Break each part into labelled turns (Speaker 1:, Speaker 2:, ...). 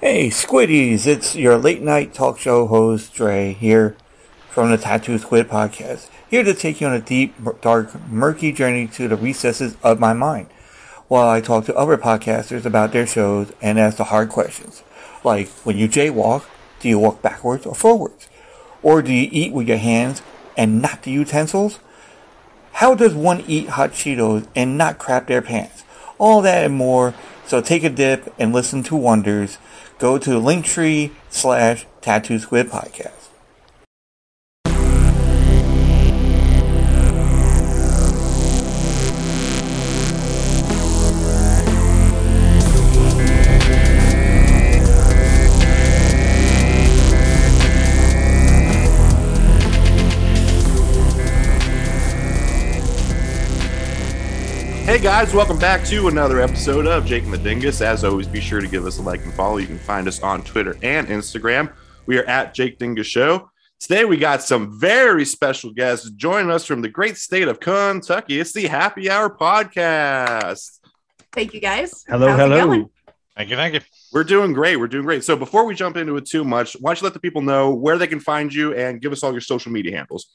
Speaker 1: Hey, Squiddies! It's your late night talk show host, Dre, here from the Tattoo Squid podcast. Here to take you on a deep, mur- dark, murky journey to the recesses of my mind while I talk to other podcasters about their shows and ask the hard questions. Like, when you jaywalk, do you walk backwards or forwards? Or do you eat with your hands and not the utensils? How does one eat hot Cheetos and not crap their pants? All that and more. So take a dip and listen to Wonders. Go to Linktree slash Tattoo Squid Podcast.
Speaker 2: Hey guys, welcome back to another episode of Jake and the Dingus. As always, be sure to give us a like and follow. You can find us on Twitter and Instagram. We are at Jake Dingus Show. Today we got some very special guests joining us from the great state of Kentucky. It's the Happy Hour Podcast.
Speaker 3: Thank you guys.
Speaker 4: Hello,
Speaker 3: How's it going?
Speaker 4: hello.
Speaker 5: Thank you, thank you.
Speaker 2: We're doing great. We're doing great. So before we jump into it too much, why don't you let the people know where they can find you and give us all your social media handles.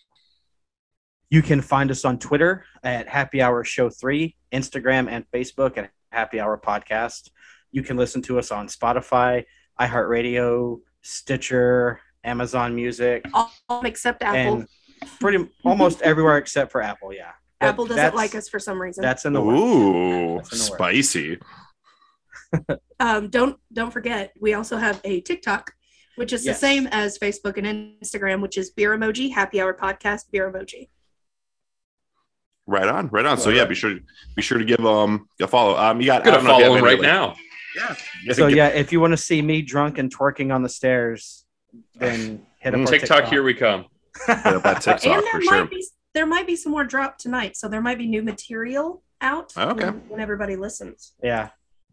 Speaker 4: You can find us on Twitter at Happy Hour Show 3, Instagram and Facebook at Happy Hour Podcast. You can listen to us on Spotify, iHeartRadio, Stitcher, Amazon Music,
Speaker 3: All all except Oh, Apple.
Speaker 4: and pretty almost everywhere except for Apple, yeah. But
Speaker 3: Apple doesn't
Speaker 4: that's-
Speaker 3: like us for some reason.
Speaker 4: That's in the works.
Speaker 2: Ooh,
Speaker 4: That's in the works.
Speaker 2: spicy.
Speaker 3: Um, don't don't forget, we also have a TikTok, which is
Speaker 4: Yes.
Speaker 3: the same as Facebook and Instagram, which is beer emoji, happy hour podcast, beer emoji.
Speaker 2: Right on, right on. So yeah, be sure be sure to give um a follow. Um, you got
Speaker 5: Gonna
Speaker 2: I don't know if you
Speaker 5: follow
Speaker 2: have
Speaker 5: him
Speaker 2: any,
Speaker 5: right
Speaker 2: like,
Speaker 5: now.
Speaker 2: Yeah.
Speaker 4: So yeah, if you want to see me drunk and twerking on the stairs, then hit up our
Speaker 5: Mm, TikTok, here we come.
Speaker 2: Hit up that TikTok
Speaker 3: and
Speaker 2: for
Speaker 3: there might
Speaker 2: sure.
Speaker 3: be there might be some more drop tonight, so there might be new material out
Speaker 2: Okay.
Speaker 3: when, when everybody listens.
Speaker 4: yeah.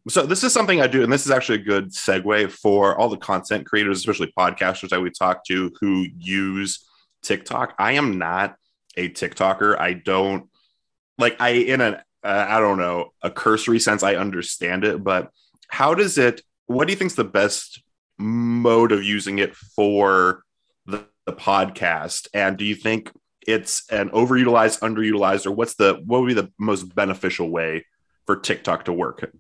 Speaker 2: So this is something I do, and this is actually a good segue for all the content creators, especially podcasters that we talk to who use TikTok. I am not a TikToker. I don't like I in an uh, I don't know a cursory sense. I understand it, but how does it? What do you think's the best mode of using it for the, the podcast? And do you think it's an overutilized, underutilized, or what's the what would be the most beneficial way for TikTok to work?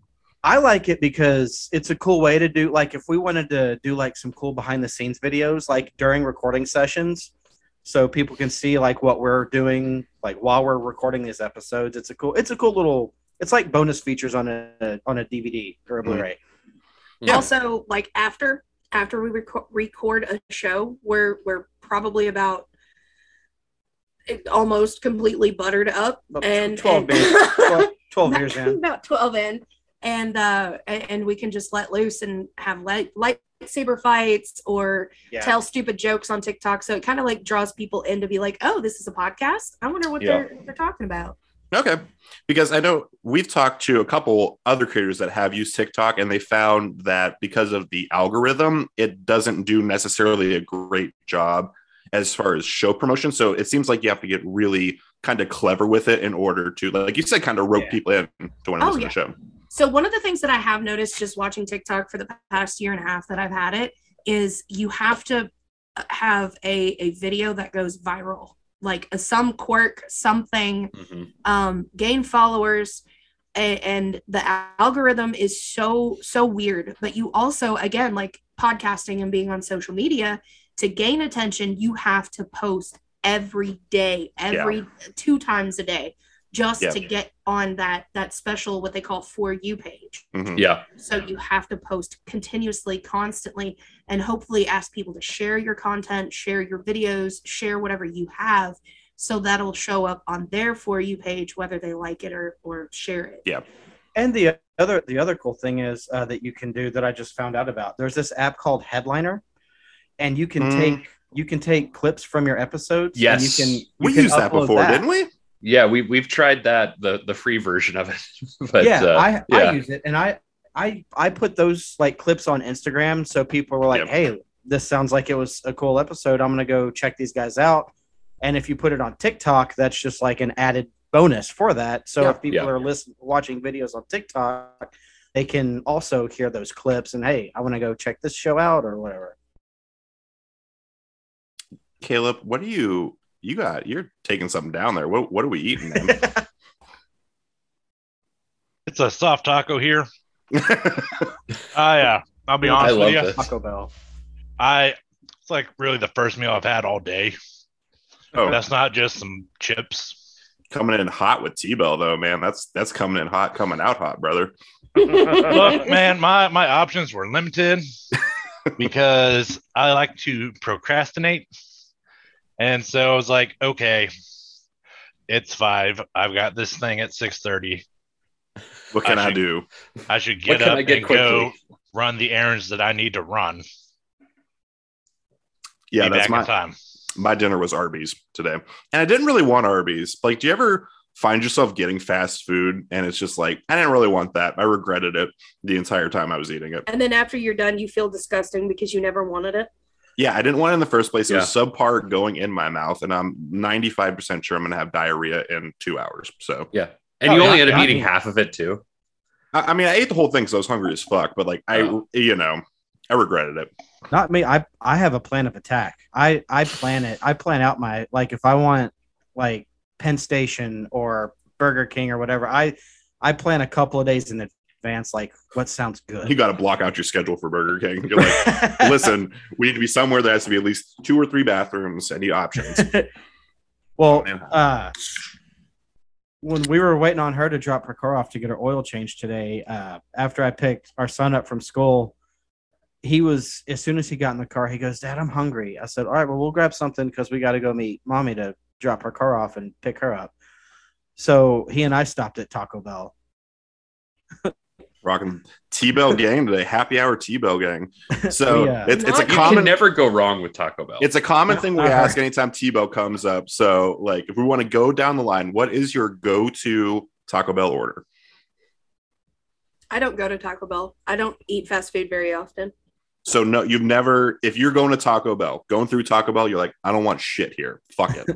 Speaker 4: I like it because it's a cool way to do like if we wanted to do like some cool behind the scenes videos like during recording sessions so people can see like what we're doing like while we're recording these episodes it's a cool it's a cool little it's like bonus features on a on a DVD or a
Speaker 2: Mm-hmm.
Speaker 4: Blu-ray.
Speaker 5: Yeah.
Speaker 3: Also, like after after we reco- record a show, we're we're probably about it- almost completely buttered up
Speaker 4: About tw-
Speaker 3: and
Speaker 4: 12
Speaker 3: and-
Speaker 4: minutes. 12, 12 years in.
Speaker 3: about 12 in and uh a- and we can just let loose and have light lightsaber fights or
Speaker 4: Yeah.
Speaker 3: tell stupid jokes on tiktok so it kind of like draws people in to be like oh this is a podcast i wonder what
Speaker 2: Yeah.
Speaker 3: they're what they're talking about
Speaker 2: Okay. Because I know we've talked to a couple other creators that have used TikTok and they found that because of the algorithm, it doesn't do necessarily a great job as far as show promotion. So it seems like you have to get really kind of clever with it in order to, like you said, kind of rope
Speaker 4: Yeah.
Speaker 2: people in to want to
Speaker 3: Oh,
Speaker 2: listen
Speaker 3: yeah.
Speaker 2: to the show.
Speaker 3: so one of the things that i have noticed just watching tiktok for the past year and a half that i've had it is you have to uh, have a a video that goes viral like a, some quirk something um, gain followers and, and the algorithm is so so weird but you also again like podcasting and being on social media to gain attention you have to post every day every two times a day just
Speaker 2: Yeah.
Speaker 3: to get on that that special what they call for you page
Speaker 2: Mhm.
Speaker 5: Yeah.
Speaker 3: so you have to post continuously constantly and hopefully ask people to share your content share your videos share whatever you have so that'll show up on their for you page whether they like it or or share it
Speaker 4: And the other the other cool thing is uh, that you can do that I just found out about. There's this app called Headliner, and you can
Speaker 2: Mm.
Speaker 4: take you can take clips from your episodes.
Speaker 5: Yes.
Speaker 4: and you can you
Speaker 2: We
Speaker 4: can
Speaker 2: used that
Speaker 4: upload
Speaker 2: before, didn't we?
Speaker 5: Yeah, we we've tried that, the the free version of it. but
Speaker 4: yeah,
Speaker 5: uh,
Speaker 4: I,
Speaker 5: yeah.
Speaker 4: I use it, and I I I put those like clips on Instagram, so people were like,
Speaker 2: Yep.
Speaker 4: "Hey, this sounds like it was a cool episode. I'm gonna go check these guys out." And if you put it on TikTok, that's just like an added bonus for that. So
Speaker 3: Yeah.
Speaker 4: if people
Speaker 5: Yeah.
Speaker 4: are listening, watching videos on TikTok, they can also hear those clips and hey, I want to go check this show out or whatever.
Speaker 2: Caleb, what do you you got? You're taking something down there. What what are we eating? Man?
Speaker 6: It's a soft taco here. I uh, I'll be honest
Speaker 5: I love
Speaker 6: with you.
Speaker 5: this.
Speaker 2: Oh,
Speaker 4: Taco Bell.
Speaker 6: I it's like really the first meal I've had all day.
Speaker 2: oh,
Speaker 6: That's not just some chips.
Speaker 2: coming in hot with T-Bell though, man. That's that's coming in hot, coming out hot, brother.
Speaker 6: Look, man, my my options were limited because I like to procrastinate, and so I was like, okay, it's five. I've got this thing at six thirty.
Speaker 2: What can I,
Speaker 6: Actually-
Speaker 2: do?
Speaker 6: I should
Speaker 5: What
Speaker 6: get
Speaker 5: can
Speaker 6: up
Speaker 5: I get
Speaker 6: and
Speaker 5: quickly?
Speaker 6: go run the errands that I need to run.
Speaker 2: Yeah,
Speaker 6: Be
Speaker 2: that's
Speaker 6: back
Speaker 2: my
Speaker 6: in time.
Speaker 2: my dinner was Arby's today. And I didn't really want Arby's. Like, do you ever find yourself getting fast food and it's just like, I didn't really want that. I regretted it the entire time I was eating it.
Speaker 3: and then after you're done, you feel disgusting because you never wanted it.
Speaker 2: Yeah, I didn't want it in the first place. It was subpar going in my mouth, and I'm 95% sure I'm going to have diarrhea in two hours. So,
Speaker 5: Yeah. And
Speaker 6: Oh,
Speaker 5: you
Speaker 6: yeah,
Speaker 5: only end up
Speaker 6: yeah.
Speaker 5: eating half of it too.
Speaker 2: I, I mean, I ate the whole thing because I was hungry as fuck, but like, I,
Speaker 5: Oh.
Speaker 2: you know, I regretted it.
Speaker 4: Not me. I I have a plan of attack. I I plan it. I plan out my like if I want like Penn Station or Burger King or whatever. I I plan a couple of days in advance. Like what sounds
Speaker 2: You
Speaker 4: good.
Speaker 2: got to block out your schedule for Burger King. You're like, listen, we need to be somewhere that has to be at least two or three bathrooms. I need options.
Speaker 4: well,
Speaker 2: Man.
Speaker 4: uh, when we were waiting on her to drop her car off to get her oil changed today, uh, after I picked our son up from school, he was as soon as he got in the car, he goes, "Dad, I'm hungry." I said, "All right, well, we'll grab something because we got to go meet mommy to drop her car off and pick her up." So he and I stopped at Taco Bell.
Speaker 2: rocking T Bell gang today. Happy hour T Bell gang. So
Speaker 4: Yeah.
Speaker 2: it's, it's a
Speaker 3: Not- you
Speaker 5: You can
Speaker 2: common
Speaker 5: never go wrong with Taco Bell.
Speaker 2: it's a common thing we
Speaker 4: Uh-huh.
Speaker 2: ask anytime T Bell comes up. So like if we want to go down the line, what is your go to Taco Bell order?
Speaker 3: I don't go to Taco Bell. I don't eat fast food very often.
Speaker 2: So no, you've never if you're going to Taco Bell, going through Taco Bell, you're like, I don't want shit here. Fuck it.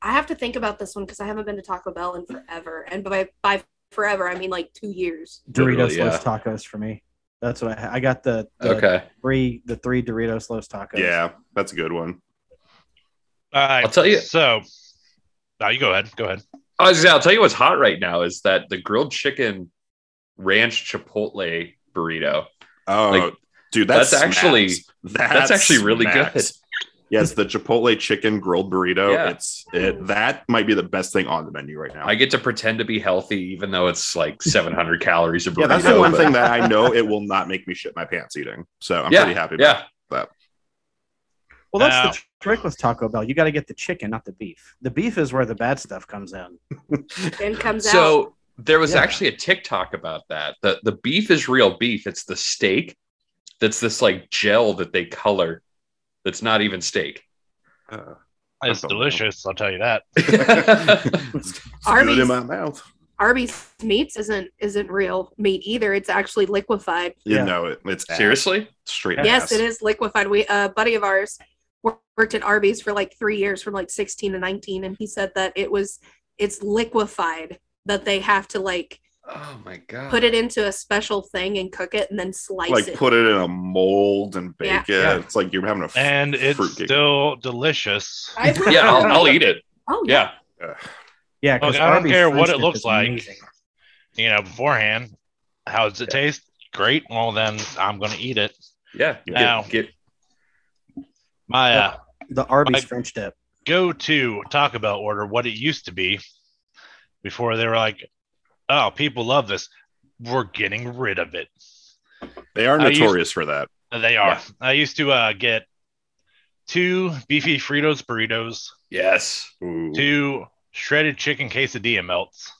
Speaker 3: I have to think about this one because I haven't been to Taco Bell in forever. And by by forever, I mean like two years.
Speaker 4: Doritos
Speaker 5: Literally, yeah.
Speaker 4: Los Tacos for me. That's what I, ha- I got the, the
Speaker 5: Okay.
Speaker 4: three the three Doritos Los Tacos.
Speaker 2: yeah, that's a good one.
Speaker 6: All right,
Speaker 5: I'll tell you-
Speaker 6: So, now you go ahead. Go ahead.
Speaker 5: I was, I'll tell you what's hot right now is that the grilled chicken ranch chipotle burrito.
Speaker 2: Oh
Speaker 5: Like,
Speaker 2: dude, that's,
Speaker 5: that's actually-
Speaker 2: smacks.
Speaker 5: that's actually really
Speaker 2: smacks. Yes, the Chipotle chicken grilled burrito.
Speaker 5: Yeah.
Speaker 2: It's it, that might be the best thing on the menu right now.
Speaker 5: I get to pretend to be healthy, even though it's like 700 calories a burrito.
Speaker 2: Yeah, that's the one
Speaker 5: but-
Speaker 2: thing that I know it will not make me shit my pants eating. So I'm
Speaker 5: yeah,
Speaker 2: pretty happy. About
Speaker 5: Yeah.
Speaker 2: it.
Speaker 4: Well, that's
Speaker 6: Now-
Speaker 4: the tr- trick with Taco Bell. You got to get the chicken, not the beef. The beef is where the bad stuff comes in.
Speaker 3: Then comes out.
Speaker 5: So there was
Speaker 4: Yeah.
Speaker 5: actually a TikTok about that. The the beef is real beef. It's the steak that's this like gel that they color that's not even steak.
Speaker 2: Uh,
Speaker 6: It's
Speaker 2: Taco Bell.
Speaker 6: delicious. I'll tell you that.
Speaker 2: it's good
Speaker 3: Arby's.
Speaker 2: in my mouth.
Speaker 3: Arby's meats isn't isn't real meat either. It's actually liquefied.
Speaker 2: You
Speaker 4: Yeah.
Speaker 2: know it. It's ass.
Speaker 5: Seriously?
Speaker 2: straight.
Speaker 3: Yes, it is liquefied. We a buddy of ours wor- worked at Arby's for like three years, from like sixteen to nineteen, and he said that it was it's liquefied that they have to like
Speaker 5: Oh my god.
Speaker 3: put it into a special thing and cook it and then slice
Speaker 2: Like
Speaker 3: it.
Speaker 2: put it in a mold and bake
Speaker 3: Yeah.
Speaker 2: it.
Speaker 5: Yeah.
Speaker 2: It's like you're having a f-
Speaker 6: And it's
Speaker 2: fruitcake.
Speaker 6: still delicious.
Speaker 3: I would-
Speaker 5: yeah, I'll, I'll eat it.
Speaker 3: Oh yeah.
Speaker 5: Yeah.
Speaker 2: Ugh.
Speaker 4: Yeah,
Speaker 6: Look,
Speaker 4: because
Speaker 6: I don't care what it looks like. You know, beforehand, how does it taste? Great. Well, then I'm going to eat it.
Speaker 5: Yeah. Get-
Speaker 6: Now-
Speaker 5: get-
Speaker 6: My uh,
Speaker 4: The Arby's
Speaker 6: Like-
Speaker 4: French dip.
Speaker 6: go to Taco Bell order, what it used to be before they were like, oh, people love this. We're getting rid of it.
Speaker 2: They are
Speaker 6: I used-
Speaker 2: notorious for that.
Speaker 6: They are.
Speaker 5: Yeah.
Speaker 6: I used to uh, get two beefy Fritos burritos,
Speaker 5: yes.
Speaker 2: Ooh.
Speaker 6: two shredded chicken quesadilla melts.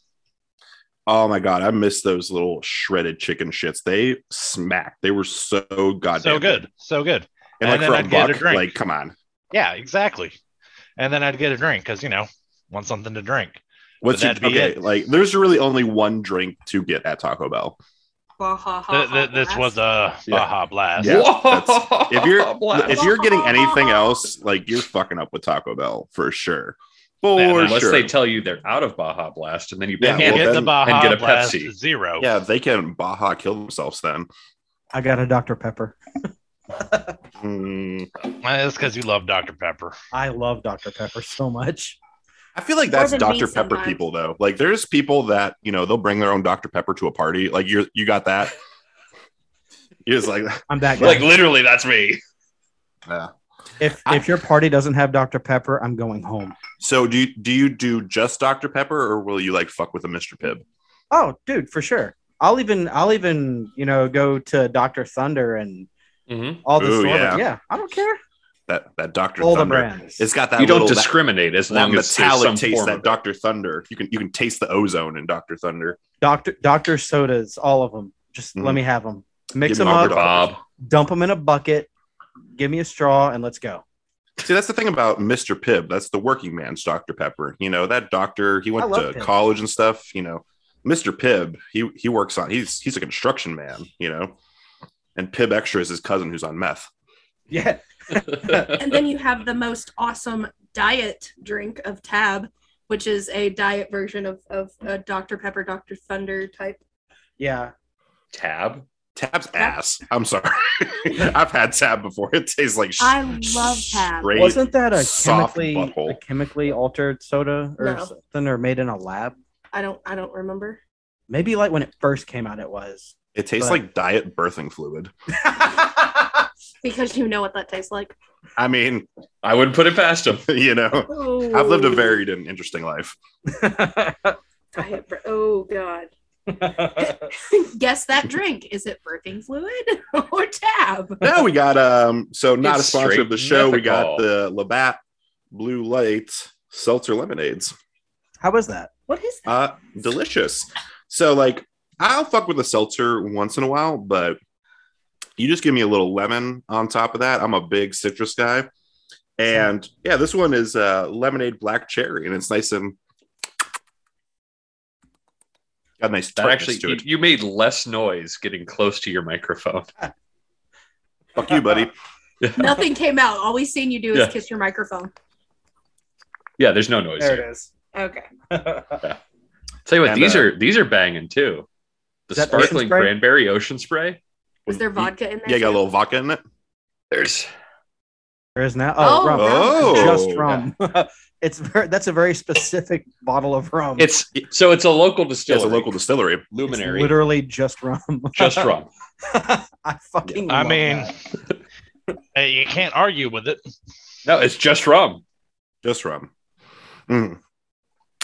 Speaker 2: Oh my god, I miss those little shredded chicken shits. They smacked. They were so goddamn
Speaker 6: so good. So good.
Speaker 2: And,
Speaker 6: And
Speaker 2: like
Speaker 6: then
Speaker 2: for a
Speaker 6: I'd get a
Speaker 2: buck,
Speaker 6: drink.
Speaker 2: like come on.
Speaker 6: Yeah, exactly. And then I'd get a drink because, you know, want something to drink.
Speaker 2: What's your,
Speaker 6: that'd be
Speaker 2: okay?
Speaker 6: it.
Speaker 2: Like there's really only one drink to get at Taco Bell.
Speaker 3: Baja,
Speaker 6: Th- th- this was a
Speaker 2: Yeah.
Speaker 6: Baja Blast.
Speaker 2: Yeah,
Speaker 5: Whoa!
Speaker 2: that's- if you're
Speaker 5: Blast.
Speaker 2: if you're getting anything else, like you're fucking up with Taco Bell for sure. For
Speaker 6: Yeah,
Speaker 5: unless
Speaker 2: sure.
Speaker 5: they tell you they're out of Baja Blast, and then you
Speaker 2: Yeah,
Speaker 5: yeah,
Speaker 2: well,
Speaker 6: Get the
Speaker 2: then-
Speaker 6: Baja
Speaker 5: and get a
Speaker 6: Blast
Speaker 5: Pepsi.
Speaker 6: Zero.
Speaker 2: yeah, they can Baja kill themselves then.
Speaker 4: I got a Dr. Pepper.
Speaker 2: Mm,
Speaker 6: That's because you love Dr. Pepper.
Speaker 4: I love Dr. Pepper so much.
Speaker 2: I feel like
Speaker 3: More
Speaker 2: that's
Speaker 3: than me
Speaker 2: Dr. Pepper
Speaker 3: sometimes.
Speaker 2: people though. Like there's people that, you know, they'll bring their own Dr. Pepper to a party. Like you're you got that. You're just like
Speaker 4: I'm that guy.
Speaker 5: like literally, that's me.
Speaker 2: yeah.
Speaker 4: if
Speaker 2: I-
Speaker 4: if your party doesn't have Dr. Pepper, I'm going home.
Speaker 2: So do you do you do just Dr. Pepper or will you like fuck with a Mr. Pibb?
Speaker 4: Oh, dude, for sure. I'll even I'll even, you know, go to Dr. Thunder and
Speaker 5: Mhm.
Speaker 4: all the
Speaker 2: Ooh,
Speaker 4: Sorba-
Speaker 2: yeah.
Speaker 4: yeah. I don't care.
Speaker 2: That that Dr.
Speaker 4: All the
Speaker 2: Thunder.
Speaker 4: brands.
Speaker 2: It's got that
Speaker 5: You don't
Speaker 2: little- that-
Speaker 5: discriminate as
Speaker 2: that
Speaker 5: long as there's
Speaker 2: metallic
Speaker 5: some
Speaker 2: taste
Speaker 5: form
Speaker 2: that
Speaker 5: of
Speaker 2: Dr. Thunder. You can you can taste the ozone in Dr. Thunder.
Speaker 4: Doctor Doctor sodas, all of them. Just
Speaker 2: Mhm.
Speaker 4: let me have them. Mix
Speaker 2: Give me
Speaker 4: them
Speaker 2: all
Speaker 4: up,
Speaker 2: your
Speaker 5: it. Bob.
Speaker 4: dump them in a bucket, give me a straw, and let's go.
Speaker 2: See, that's the thing about Mr. Pibb. That's the working man's Dr. Pepper. You know, that doctor, he
Speaker 4: I
Speaker 2: went to
Speaker 4: love Pibb.
Speaker 2: college and stuff, you know. Mr. Pibb, he he works on he's he's a construction man, you know. And Pibb Extra is his cousin who's on meth.
Speaker 4: Yeah,
Speaker 3: and then you have the most awesome diet drink of Tab, which is a diet version of, of a Dr. Pepper, Dr. Thunder type.
Speaker 4: yeah.
Speaker 5: Tab.
Speaker 2: Tab's ass. I'm sorry. I've had Tab before. It tastes like sh-
Speaker 3: I love Tab.
Speaker 2: straight-
Speaker 4: Wasn't that a
Speaker 2: soft
Speaker 4: chemically
Speaker 2: butthole.
Speaker 4: a chemically altered soda or
Speaker 3: No.
Speaker 4: something, or made in a lab?
Speaker 3: I don't I don't remember.
Speaker 4: Maybe like when it first came out, it was.
Speaker 2: It tastes
Speaker 4: but-
Speaker 2: like diet birthing fluid.
Speaker 3: Because you know what that tastes like.
Speaker 2: I mean,
Speaker 5: I wouldn't put it past him.
Speaker 2: you know,
Speaker 3: Oh,
Speaker 2: I've lived a varied and interesting life.
Speaker 3: diet br- oh god. Guess that drink. Is it birthing fluid or tab?
Speaker 2: Now we got um so not
Speaker 5: It's
Speaker 2: a sponsor of the
Speaker 5: straight
Speaker 2: show. We got
Speaker 5: mythical.
Speaker 2: the Labatt Blue Light Seltzer Lemonades.
Speaker 4: How was that?
Speaker 3: What is that?
Speaker 2: Uh delicious. So like I'll fuck with a seltzer once in a while, but you just give me a little lemon on top of that. I'm a big citrus guy. And yeah, this one is uh lemonade black cherry and it's nice and got a nice
Speaker 5: That
Speaker 2: tartness
Speaker 5: actually,
Speaker 2: to
Speaker 5: you,
Speaker 2: it.
Speaker 5: you made less noise getting close to your microphone.
Speaker 2: Fuck you, buddy.
Speaker 3: Nothing came out. All we seen you do is
Speaker 5: Yeah.
Speaker 3: kiss your microphone.
Speaker 5: Yeah, there's no noise.
Speaker 4: There
Speaker 5: Here.
Speaker 4: it is.
Speaker 3: Okay.
Speaker 5: Tell you what,
Speaker 2: And,
Speaker 5: these
Speaker 2: uh,
Speaker 5: are these are banging too. The
Speaker 4: Is that ocean
Speaker 5: sparkling
Speaker 4: spray?
Speaker 5: cranberry ocean spray.
Speaker 3: Was there vodka in there?
Speaker 2: Yeah, you got a
Speaker 3: too?
Speaker 2: little vodka in it.
Speaker 5: There's
Speaker 4: There is now. Oh,
Speaker 3: Oh,
Speaker 4: rum.
Speaker 2: Oh.
Speaker 4: Just rum. it's ver- that's a very specific bottle of rum.
Speaker 5: it's so it's a local distillery.
Speaker 2: It's a local distillery.
Speaker 4: It's
Speaker 5: luminary.
Speaker 4: literally just rum.
Speaker 5: just rum.
Speaker 4: I fucking.
Speaker 6: I
Speaker 4: love
Speaker 6: mean,
Speaker 4: that.
Speaker 6: hey, you can't argue with it.
Speaker 5: No, it's just rum.
Speaker 2: Just rum. Mm.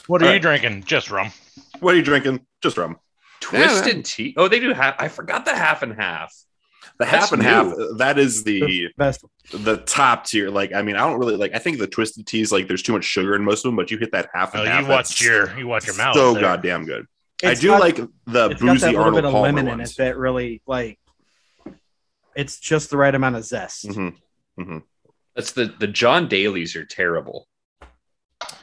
Speaker 6: What are
Speaker 2: All
Speaker 6: you
Speaker 2: right.
Speaker 6: drinking? Just rum.
Speaker 2: What are you drinking? Just rum.
Speaker 5: Twist
Speaker 2: Yeah.
Speaker 5: and tea. Oh, they do half. I forgot the half and half.
Speaker 2: The half
Speaker 5: That's
Speaker 2: and
Speaker 5: new.
Speaker 2: half. uh, That is the
Speaker 4: best.
Speaker 2: the top tier. Like, I mean, I don't really like. I think the twisted teas like there's too much sugar in most of them, but you hit that half and
Speaker 6: Oh,
Speaker 2: half.
Speaker 6: you
Speaker 2: that's
Speaker 6: watch your you watch your mouth.
Speaker 2: So
Speaker 6: there.
Speaker 2: goddamn good.
Speaker 4: It's
Speaker 2: I do
Speaker 4: got-
Speaker 2: like the
Speaker 4: it's got that
Speaker 2: boozy
Speaker 4: little
Speaker 2: Arnold
Speaker 4: bit of
Speaker 2: Palmer
Speaker 4: lemon in it
Speaker 2: ones.
Speaker 4: that really like. It's just the right amount of zest.
Speaker 2: Mhm.
Speaker 5: That's the the John Daly's are terrible.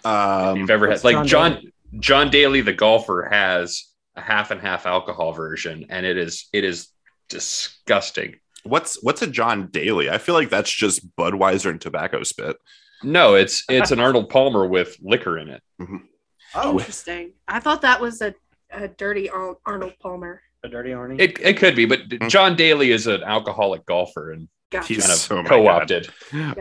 Speaker 2: Um,
Speaker 5: You've ever had
Speaker 4: what's
Speaker 5: like
Speaker 4: John
Speaker 5: John John Daly the golfer has a half and half alcohol version, and it is it is disgusting.
Speaker 2: what's what's a John Daly? I feel like that's just Budweiser and tobacco spit.
Speaker 5: No, it's it's an Arnold Palmer with liquor in it.
Speaker 4: Oh,
Speaker 3: Interesting. I thought that was a, a dirty Ar- Arnold Palmer.
Speaker 4: a dirty Arnie.
Speaker 5: It, it could be, but John Daly is an alcoholic golfer and
Speaker 3: Gotcha.
Speaker 2: Mm. He's-
Speaker 5: kind of
Speaker 2: Oh my
Speaker 5: co-opted.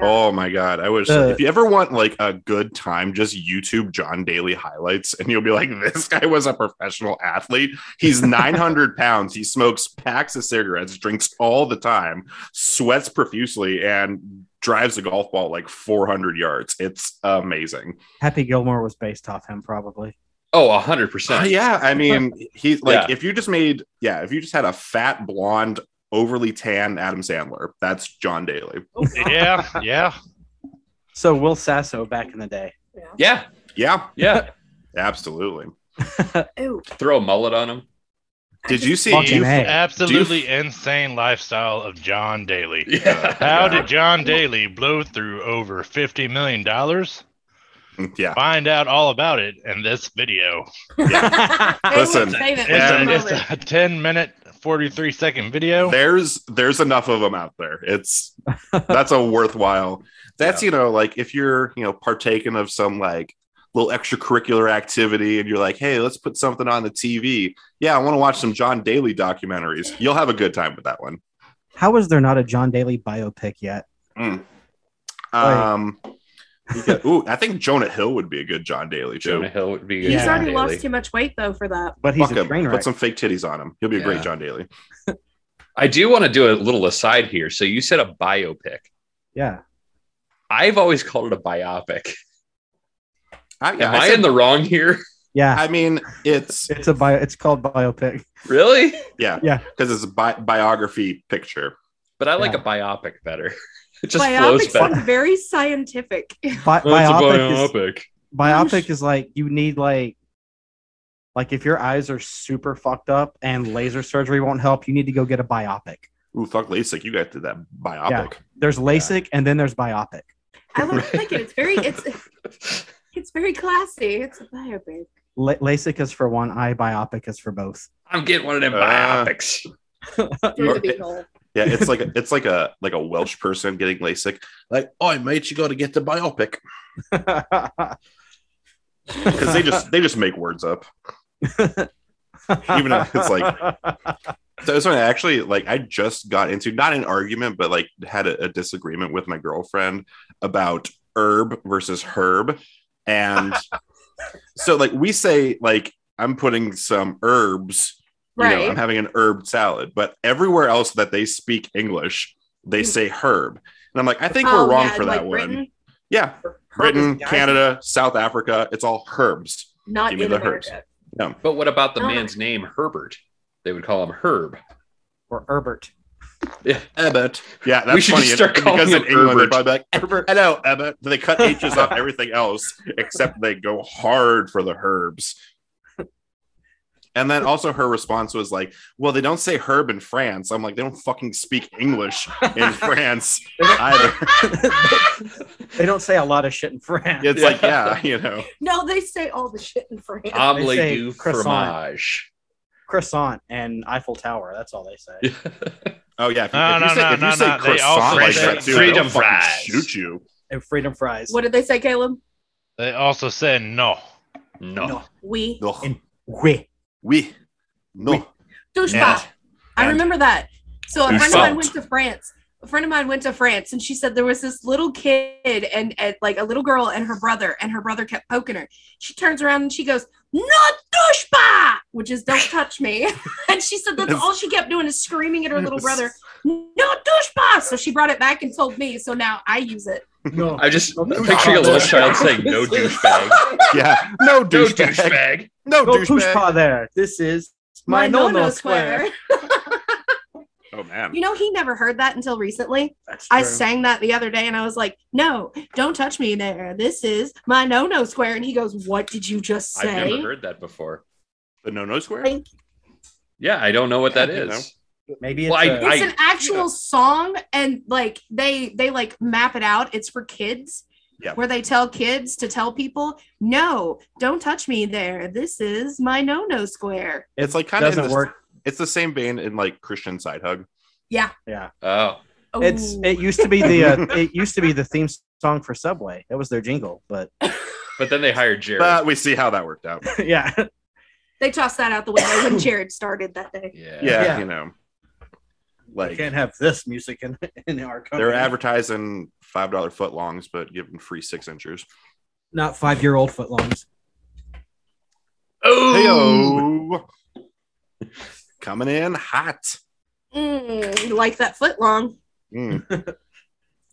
Speaker 2: Oh my god! I wish
Speaker 4: The-
Speaker 2: if you ever want like a good time, just YouTube John Daly highlights, and you'll be like, this guy was a professional athlete. He's 900 pounds. He smokes packs of cigarettes, drinks all the time, sweats profusely, and drives a golf ball like 400 yards. It's amazing.
Speaker 4: Happy Gilmore was based off him, probably.
Speaker 5: Oh, hundred percent.
Speaker 2: Uh, yeah, I mean, he's like
Speaker 5: Yeah.
Speaker 2: if you just made yeah, if you just had a fat blonde, overly tan Adam Sandler, that's John Daly.
Speaker 6: Yeah, yeah.
Speaker 4: So Will Sasso back in the day.
Speaker 5: Yeah,
Speaker 2: Yeah,
Speaker 5: yeah.
Speaker 2: absolutely.
Speaker 3: Ew.
Speaker 5: Throw a mullet on him.
Speaker 3: I
Speaker 2: Did
Speaker 3: just-
Speaker 2: you see?
Speaker 4: Fucking A.
Speaker 6: Absolutely insane lifestyle of John Daly.
Speaker 5: Yeah.
Speaker 6: How
Speaker 2: Yeah.
Speaker 6: did John Daly blow through over $50 million?
Speaker 2: Yeah.
Speaker 6: Find out all about it in this video.
Speaker 3: They would
Speaker 2: Listen,
Speaker 3: save it for
Speaker 6: It's,
Speaker 3: the
Speaker 6: a,
Speaker 3: moment.
Speaker 6: it's a 10 minute, 43 second video.
Speaker 2: there's there's enough of them out there it's that's a worthwhile that's you know like if you're you know partaking of some like little extracurricular activity and you're like, hey, let's put something on the TV. Yeah, I want to watch some John Daly documentaries. You'll have a good time with that one.
Speaker 4: How is there not a John Daly biopic yet? Right.
Speaker 2: Um, you could- ooh, I think Jonah Hill would be a good John Daly too.
Speaker 5: Jonah Hill would be.
Speaker 3: He's
Speaker 4: Yeah.
Speaker 3: already
Speaker 5: Daily.
Speaker 3: lost too much weight though for that.
Speaker 4: But he's
Speaker 2: Fuck
Speaker 4: a
Speaker 2: him.
Speaker 4: train wreck.
Speaker 2: Put some fake titties on him. He'll be a
Speaker 5: Yeah.
Speaker 2: great John Daly.
Speaker 5: I do want to do a little aside here. So you said a biopic.
Speaker 4: yeah.
Speaker 5: I've always called it a biopic.
Speaker 2: I, yeah,
Speaker 5: Am
Speaker 2: I
Speaker 5: I,
Speaker 2: said-
Speaker 5: in the wrong here?
Speaker 4: Yeah.
Speaker 2: I mean, it's
Speaker 4: It's a bio it's called biopic.
Speaker 5: really?
Speaker 2: yeah,
Speaker 4: Yeah.
Speaker 2: because it's a bi- biography picture.
Speaker 5: But I like
Speaker 4: Yeah.
Speaker 5: a biopic better. It just flows
Speaker 3: Biopic
Speaker 5: better.
Speaker 3: sounds very scientific.
Speaker 4: Bi-
Speaker 5: That's a
Speaker 4: biopic, is,
Speaker 5: biopic.
Speaker 4: biopic is like you need like like if your eyes are super fucked up and laser surgery won't help, you need to go get a biopic.
Speaker 2: Ooh, fuck LASIK. You guys did that biopic.
Speaker 4: There's LASIK and then there's biopic.
Speaker 3: I like, like it. It's very it's it's very classy. It's a biopic.
Speaker 4: La- LASIK is for one eye, biopic is for both.
Speaker 5: I'm getting one of them
Speaker 2: Uh,
Speaker 5: biopics.
Speaker 3: Through the
Speaker 2: Or-
Speaker 3: beagle.
Speaker 2: Yeah, it's like a, it's like a like a Welsh person getting LASIK. Like, oh, mate, you got to get the biopic because they just they just make words up. even if it's like- So it's funny, actually, like I just got into not an argument, but like had a, a disagreement with my girlfriend about herb versus herb. And so like we say like I'm putting some herbs, you know,
Speaker 3: Right.
Speaker 2: I'm having an herb salad, but everywhere else that they speak English, they say herb. And I'm like, I think
Speaker 3: Oh, Um,
Speaker 2: we're wrong for that one.
Speaker 3: Britain,
Speaker 2: Yeah. Britain, Canada, South Africa, it's all herbs.
Speaker 3: not
Speaker 2: Give me
Speaker 3: in
Speaker 2: the
Speaker 3: America.
Speaker 5: But what about the
Speaker 3: Uh.
Speaker 5: man's name, Herbert? They would call him Herb.
Speaker 4: or Herbert.
Speaker 5: Yeah.
Speaker 2: Ebbett. Yeah, that's
Speaker 5: We should
Speaker 2: funny.
Speaker 5: just start calling
Speaker 2: because in
Speaker 5: him
Speaker 2: England, they're
Speaker 5: Herbert.
Speaker 2: probably like,
Speaker 4: Herbert.
Speaker 2: Hello, Emma. They cut H's off everything else, except they go hard for the herbs. And then also her response was like, Well, they don't say herb in France. I'm like, they don't fucking speak English in France either.
Speaker 4: They don't say a lot of shit in France.
Speaker 2: It's like, yeah, you know.
Speaker 3: No, they say all the shit in France.
Speaker 2: Uh,
Speaker 4: They
Speaker 5: Omelette
Speaker 4: say
Speaker 5: du
Speaker 4: croissant.
Speaker 5: fromage.
Speaker 4: Croissant and Eiffel Tower. That's all they say.
Speaker 2: Oh yeah, if you,
Speaker 6: No,
Speaker 2: if you
Speaker 6: no,
Speaker 2: say,
Speaker 6: no,
Speaker 2: if you
Speaker 6: no,
Speaker 2: say
Speaker 6: no. They
Speaker 2: croissant
Speaker 6: also
Speaker 2: like
Speaker 6: say
Speaker 2: that too,
Speaker 5: freedom
Speaker 2: they'll fucking
Speaker 5: fries.
Speaker 2: shoot you.
Speaker 4: And freedom fries.
Speaker 3: What did they say, Caleb?
Speaker 6: They also said no.
Speaker 5: no.
Speaker 4: No.
Speaker 3: We
Speaker 2: No,
Speaker 4: And- Oui.
Speaker 2: we, no,
Speaker 3: douche
Speaker 2: and-
Speaker 3: pas. I
Speaker 2: and-
Speaker 3: remember that. So a
Speaker 2: Douche
Speaker 3: friend of mine
Speaker 5: pas.
Speaker 3: went to France. A friend of mine went to France, and she said there was this little kid and, and like a little girl and her brother, and her brother kept poking her. She turns around and she goes, "Not douche pas," which is "Don't touch me." and she said that's all she kept doing is screaming at her little brother, "Not douche pas." So she brought it back and told me. So now I use it.
Speaker 4: No.
Speaker 5: I just I'm picturing a little child saying no douchebag.
Speaker 2: yeah, no
Speaker 5: No
Speaker 2: douchebag,
Speaker 5: douchebag.
Speaker 2: no
Speaker 4: Go push
Speaker 2: douchebag.
Speaker 4: paw there. This is my, no no square.
Speaker 2: Oh man,
Speaker 3: You know, he never heard that until recently.
Speaker 4: That's
Speaker 3: I
Speaker 4: true.
Speaker 3: sang that the other day and I was like, no, don't touch me there. This is my no no square. And he goes, what did you just
Speaker 5: I've never
Speaker 3: say?
Speaker 5: heard that before.
Speaker 2: the no no square.
Speaker 3: Like,
Speaker 5: Yeah, I don't know what that
Speaker 2: Yeah, you know.
Speaker 5: is.
Speaker 4: Maybe it's
Speaker 5: Well,
Speaker 4: a-
Speaker 5: I-
Speaker 3: it's an actual song and like they they like map it out. It's for kids.
Speaker 2: Yeah.
Speaker 3: Where they tell kids to tell people, no, don't touch me there. This is my no no square.
Speaker 2: It's like
Speaker 4: it
Speaker 2: kind of
Speaker 4: doesn't work.
Speaker 2: It's the same vein in like Christian side hug.
Speaker 4: Yeah.
Speaker 5: Oh,
Speaker 4: It's
Speaker 3: Ooh.
Speaker 4: it used to be the uh, it used to be the theme song for Subway. That was their jingle, but
Speaker 5: but then they hired Jared.
Speaker 2: But we see how that worked out.
Speaker 4: yeah.
Speaker 3: they tossed that out the window when Jared started that day.
Speaker 5: yeah.
Speaker 2: Yeah, you know,
Speaker 4: we
Speaker 2: like
Speaker 4: can't have this music in, in our company.
Speaker 2: they're advertising five dollar foot longs, but giving free six inchers.
Speaker 4: not five year old footlongs.
Speaker 5: Oh,
Speaker 2: Heyo, coming in hot.
Speaker 3: Mm, you like that foot long.
Speaker 2: Mm.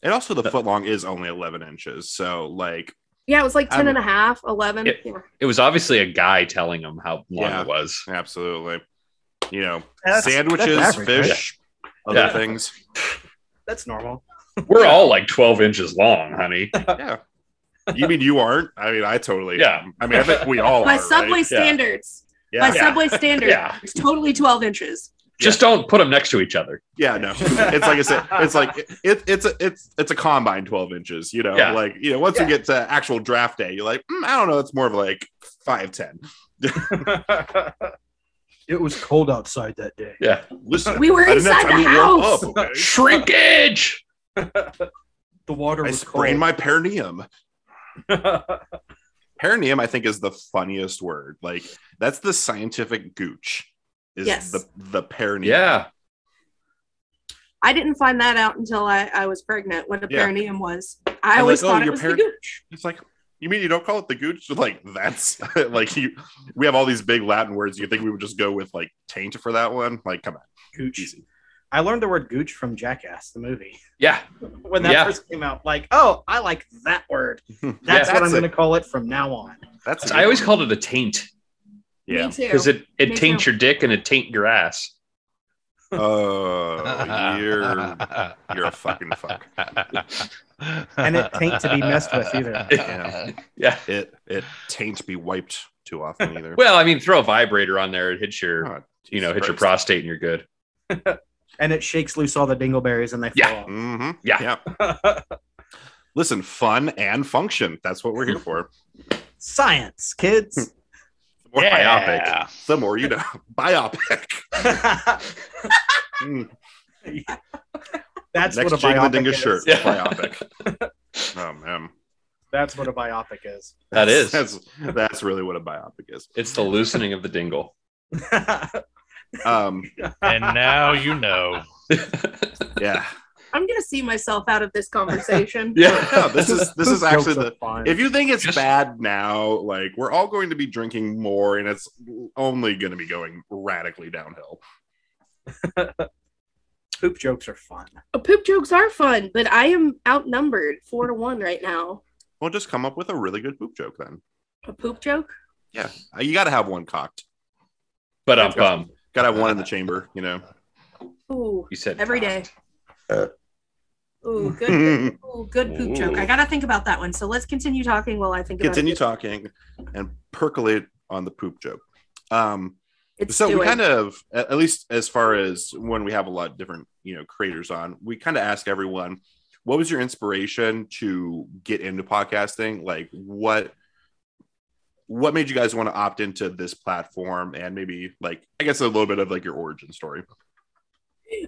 Speaker 2: and also, the foot long is only eleven inches, so like,
Speaker 3: Yeah, it was like 10
Speaker 2: I'm-
Speaker 3: and a half, 11.
Speaker 5: It-
Speaker 3: Yeah.
Speaker 5: it was obviously a guy telling him how long
Speaker 2: Yeah.
Speaker 5: it was.
Speaker 2: absolutely, you know,
Speaker 4: That's-
Speaker 2: sandwiches,
Speaker 4: that's average, right?
Speaker 2: fish, other
Speaker 5: Yeah.
Speaker 2: things.
Speaker 4: That's normal.
Speaker 5: We're all like 12 inches long, honey.
Speaker 2: Yeah. You mean you aren't? I mean, I totally.
Speaker 5: Yeah.
Speaker 2: am. I mean, I think we Oh, all
Speaker 3: by
Speaker 2: are.
Speaker 3: subway
Speaker 2: right?
Speaker 3: standards
Speaker 2: Yeah.
Speaker 3: by
Speaker 2: Yeah.
Speaker 3: subway standards
Speaker 5: Yeah.
Speaker 3: it's totally 12 inches
Speaker 5: Just don't put them next to each other.
Speaker 2: Yeah, no. It's like I said, it's like it, it's a it's it's a combine twelve inches, you know.
Speaker 5: Yeah.
Speaker 2: Like, you know, once we get to actual draft day, you're like, mm, I don't know, it's more of like five ten.
Speaker 4: It was cold outside that day.
Speaker 5: Yeah.
Speaker 2: Listen,
Speaker 3: We were
Speaker 2: I didn't have
Speaker 3: inside
Speaker 2: time
Speaker 3: the
Speaker 2: to warm
Speaker 3: house.
Speaker 2: up, okay?
Speaker 5: Shrinkage.
Speaker 4: The water
Speaker 2: I
Speaker 4: was
Speaker 2: sprained
Speaker 4: cold.
Speaker 2: my perineum. perineum i think is the funniest word like that's the scientific gooch is
Speaker 3: Yes.
Speaker 2: the the perineum
Speaker 5: Yeah.
Speaker 3: I didn't find that out until I, I was pregnant what a
Speaker 2: Yeah.
Speaker 3: perineum was.
Speaker 2: like,
Speaker 3: I always
Speaker 2: oh,
Speaker 3: thought it
Speaker 2: your
Speaker 3: was
Speaker 2: peri-
Speaker 3: the gooch.
Speaker 2: it's like you mean you don't call it the gooch like that's like you we have all these big latin words you think we would just go with like taint for that one like come on
Speaker 4: Gooch.
Speaker 2: easy
Speaker 4: I learned the word gooch from Jackass, the movie.
Speaker 5: Yeah.
Speaker 4: When that
Speaker 5: Yeah.
Speaker 4: first came out, like, oh, I like that word. That's, what
Speaker 2: that's
Speaker 4: I'm
Speaker 2: it.
Speaker 4: going to call it from now on.
Speaker 2: that's a
Speaker 5: I
Speaker 2: good
Speaker 5: always
Speaker 2: one.
Speaker 5: called it a taint
Speaker 2: yeah
Speaker 3: Me too.
Speaker 5: because it, it
Speaker 3: Me
Speaker 5: taints
Speaker 3: too.
Speaker 5: your dick and it taint your ass.
Speaker 2: oh you're you're a fucking fuck.
Speaker 4: And it ain't to be messed with either.
Speaker 2: Yeah.
Speaker 5: Yeah.
Speaker 2: it it taint be wiped too often either
Speaker 5: Well, I mean, throw a vibrator on there. It hits your,
Speaker 2: God,
Speaker 5: you know, hit
Speaker 2: Oh, Jesus
Speaker 5: your
Speaker 2: Christ.
Speaker 5: prostate and you're good.
Speaker 4: And it shakes loose all the dingleberries and they
Speaker 5: Yeah.
Speaker 4: fall
Speaker 2: Mhm.
Speaker 5: Yeah.
Speaker 4: off.
Speaker 2: Listen, fun and function. That's what we're here for.
Speaker 4: Science, kids.
Speaker 2: The more
Speaker 6: Yeah.
Speaker 2: biopic, the more you know. Biopic. Hmm. Mm.
Speaker 4: That's
Speaker 2: Next
Speaker 4: what a biopic
Speaker 2: Jigga
Speaker 4: is.
Speaker 2: shirt.
Speaker 5: Yeah.
Speaker 2: Biopic. oh man,
Speaker 4: That's what a biopic is.
Speaker 5: That is.
Speaker 2: that's that's really what a biopic is.
Speaker 5: It's the loosening of the dingle.
Speaker 2: Um,
Speaker 6: and now you know.
Speaker 2: yeah,
Speaker 3: I'm gonna see myself out of this conversation.
Speaker 2: no,
Speaker 5: Yeah.
Speaker 2: this is this is actually the.
Speaker 4: fun.
Speaker 2: If you think it's bad now, like we're all going to be drinking more, and it's only going to be going radically downhill.
Speaker 4: poop jokes are fun.
Speaker 3: Uh, Poop jokes are fun, but I am outnumbered four to one right now.
Speaker 2: Well, just come up with a really good poop joke then.
Speaker 3: A poop joke?
Speaker 2: Yeah, you got to have one cocked.
Speaker 5: But I'm bummed.
Speaker 2: Got to have one in the chamber, you know.
Speaker 3: Ooh,
Speaker 5: You said
Speaker 3: every day.
Speaker 1: Uh.
Speaker 3: Ooh, good.
Speaker 2: Continue
Speaker 3: Ooh, good poop joke. I gotta think about that one. So let's continue talking while I think about it.
Speaker 2: talking and percolate on the poop joke. Um,
Speaker 3: It's
Speaker 2: so we
Speaker 3: doing.
Speaker 2: kind of, at at least as far as when we have a lot of different, you know, creators on, we kind of ask everyone, what was your inspiration to get into podcasting? Like, what what made you guys want to opt into this platform and maybe like i guess a little bit of like your origin story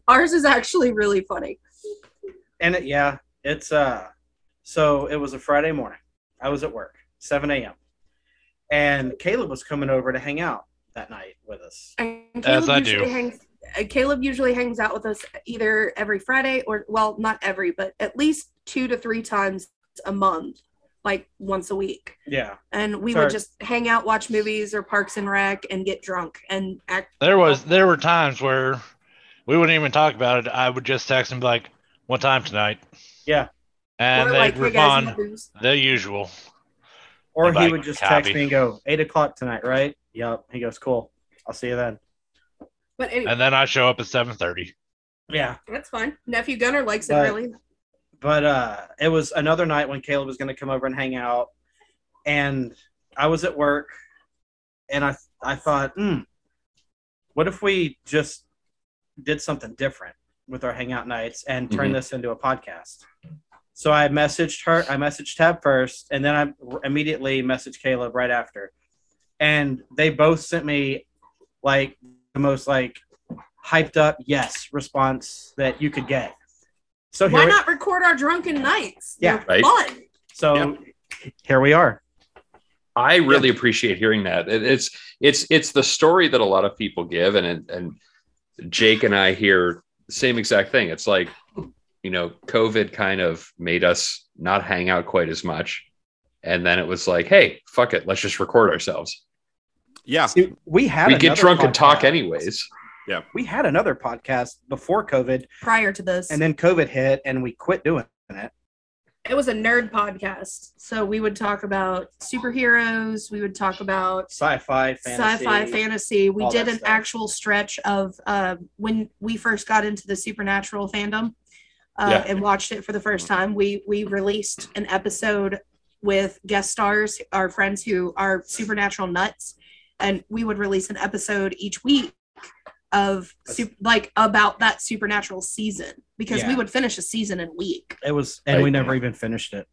Speaker 3: Ours is actually really funny.
Speaker 4: And it, yeah, it's uh, so it was a Friday morning. I was at work, 7 a.m. And Caleb was coming over to hang out that night with us.
Speaker 3: And Caleb
Speaker 6: As I do.
Speaker 3: usually Hangs, uh, Caleb usually hangs out with us either every Friday or, well, not every, but at least two to three times a month, like once a week.
Speaker 4: Yeah,
Speaker 3: And we
Speaker 4: Sorry.
Speaker 3: would just hang out, watch movies or Parks and Rec, and get drunk and act.
Speaker 6: There was there were times where we wouldn't even talk about it. I would just text and be like, "What time tonight?"
Speaker 4: Yeah.
Speaker 6: And
Speaker 3: or
Speaker 6: they'd
Speaker 3: like, "Hey, guys,
Speaker 6: respond
Speaker 3: you wanna booze?"
Speaker 6: the usual.
Speaker 4: or he
Speaker 6: Like,
Speaker 4: would just
Speaker 6: copy.
Speaker 4: text me and go, eight o'clock tonight, right? Yep. He goes, cool. I'll see you then.
Speaker 3: But anyway,
Speaker 6: And then I show up at seven thirty.
Speaker 4: Yeah,
Speaker 3: that's fine. Nephew Gunner likes it
Speaker 4: But-
Speaker 3: really.
Speaker 4: but uh, it was another night when Caleb was going to come over and hang out, and I was at work, and I I thought, hmm, what if we just did something different with our hangout nights and turn
Speaker 5: Mhm.
Speaker 4: this into a podcast? So I messaged her. I messaged Tab first, and then I r- immediately messaged Caleb right after, and they both sent me like the most like hyped up yes response that you could get. So Oh, here
Speaker 3: Why
Speaker 4: we-
Speaker 3: not record our drunken nights?
Speaker 4: Yeah.
Speaker 3: They're
Speaker 5: Right.
Speaker 3: fun.
Speaker 4: so here we are.
Speaker 5: I really appreciate hearing that. It- it's it's it's the story that a lot of people give, and and- and Jake and I hear the same exact thing. It's like you know, COVID kind of made us not hang out quite as much, and then it was like, hey, fuck it, let's just record ourselves.
Speaker 2: yeah
Speaker 4: See, we had
Speaker 5: we get
Speaker 4: another
Speaker 5: drunk and talk
Speaker 4: podcast.
Speaker 5: anyways.
Speaker 4: We had another podcast before COVID,
Speaker 3: Prior to this,
Speaker 4: and then COVID hit, and we quit doing it.
Speaker 3: it was a nerd podcast. So we would talk about superheroes. We would talk about
Speaker 4: Sci-fi, fantasy.
Speaker 3: sci-fi fantasy we
Speaker 4: all
Speaker 3: did
Speaker 4: that
Speaker 3: an
Speaker 4: stuff.
Speaker 3: actual stretch of uh, when we first got into the supernatural fandom uh,
Speaker 5: Yeah.
Speaker 3: and watched it for the first time we we released an episode with guest stars our friends who are supernatural nuts and we would release an episode each week of sup- like about that supernatural season because we
Speaker 4: Yeah.
Speaker 3: would finish a season in a week
Speaker 4: It was, and we
Speaker 5: Right.
Speaker 4: never even finished it.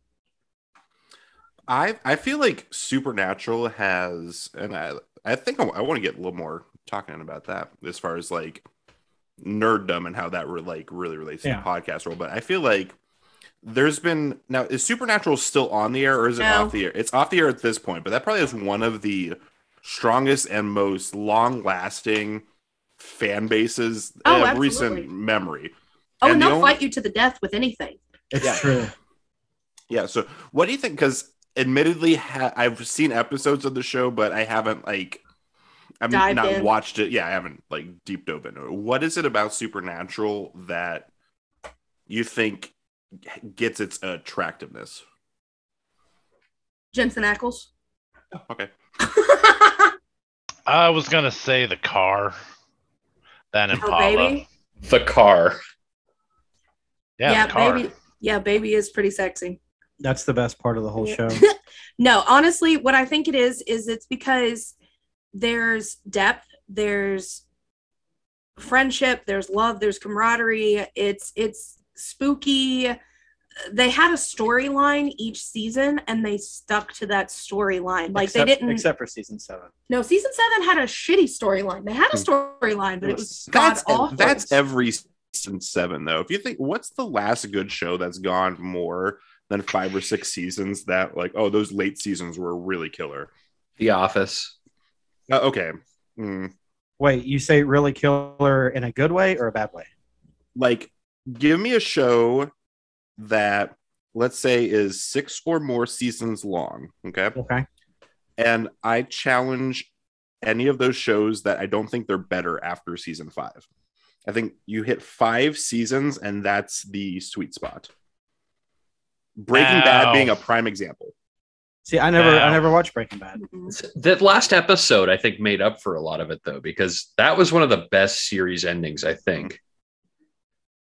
Speaker 2: I I feel like Supernatural has, and I I think I, want to get a little more talking about that as far as like nerddom and how that re- like really relates
Speaker 4: Yeah.
Speaker 2: to the podcast role. But I feel like there's been now is Supernatural still on the air or is it
Speaker 3: No.
Speaker 2: off the air? It's off the air at this point, but that probably is one of the strongest and most long-lasting fan bases
Speaker 3: Oh,
Speaker 2: of recent
Speaker 3: absolutely.
Speaker 2: memory.
Speaker 3: Oh,
Speaker 2: And
Speaker 3: and
Speaker 2: the
Speaker 3: they'll
Speaker 2: only-
Speaker 3: fight you to the death with anything.
Speaker 4: It's
Speaker 2: Yeah.
Speaker 4: true.
Speaker 2: Yeah. So, what do you think? Because admittedly, ha- I've seen episodes of the show, but I haven't like, I've
Speaker 3: Dived
Speaker 2: not
Speaker 3: in.
Speaker 2: watched it. Yeah, I haven't like deep dove into it. What is it about Supernatural that you think gets its attractiveness?
Speaker 3: Jensen Ackles.
Speaker 2: Okay.
Speaker 6: I was gonna say the car, that Impala.
Speaker 3: baby.
Speaker 5: The car.
Speaker 6: Yeah, the car.
Speaker 3: baby. Yeah, baby is pretty sexy.
Speaker 4: That's the best part of the whole show.
Speaker 3: No, honestly, what I think it is is it's because there's depth, there's friendship, there's love, there's camaraderie. It's it's spooky. They had a storyline each season, and they stuck to that storyline. Like
Speaker 4: except,
Speaker 3: they didn't.
Speaker 4: except for season seven.
Speaker 3: no, season seven had a shitty storyline. They had a storyline, but it was god
Speaker 2: That's
Speaker 3: awful.
Speaker 2: that's every season seven though. If you think, what's the last good show that's gone more than five or six seasons? That like, oh, those late seasons were really killer.
Speaker 5: The office.
Speaker 2: Uh, okay. Mm.
Speaker 4: Wait, you say really killer in a good way or a bad way?
Speaker 2: like give me a show that let's say is six or more seasons long okay
Speaker 4: Okay.
Speaker 2: and i challenge any of those shows that i don't think they're better after season five i think you hit five seasons and that's the sweet spot breaking bad
Speaker 6: Wow.
Speaker 2: being a prime example
Speaker 4: See, I never, I
Speaker 6: Wow.
Speaker 4: never watched Breaking Bad.
Speaker 3: Mhm.
Speaker 5: That last episode, I think, made up for a lot of it though, because that was one of the best series endings, I think.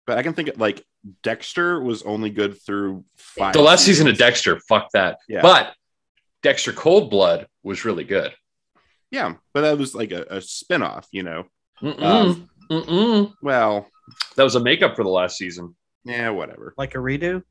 Speaker 2: but i can think of like dexter was only good through five
Speaker 5: The last season
Speaker 2: seasons.
Speaker 5: of Dexter, fuck that.
Speaker 2: Yeah.
Speaker 5: But Dexter Cold Blood was really good.
Speaker 2: yeah but that was like a, a spin-off you know
Speaker 5: Mm-mm.
Speaker 2: Um,
Speaker 5: Mm-mm.
Speaker 2: well
Speaker 5: That was a makeup for the last season.
Speaker 2: yeah whatever
Speaker 4: Like a redo.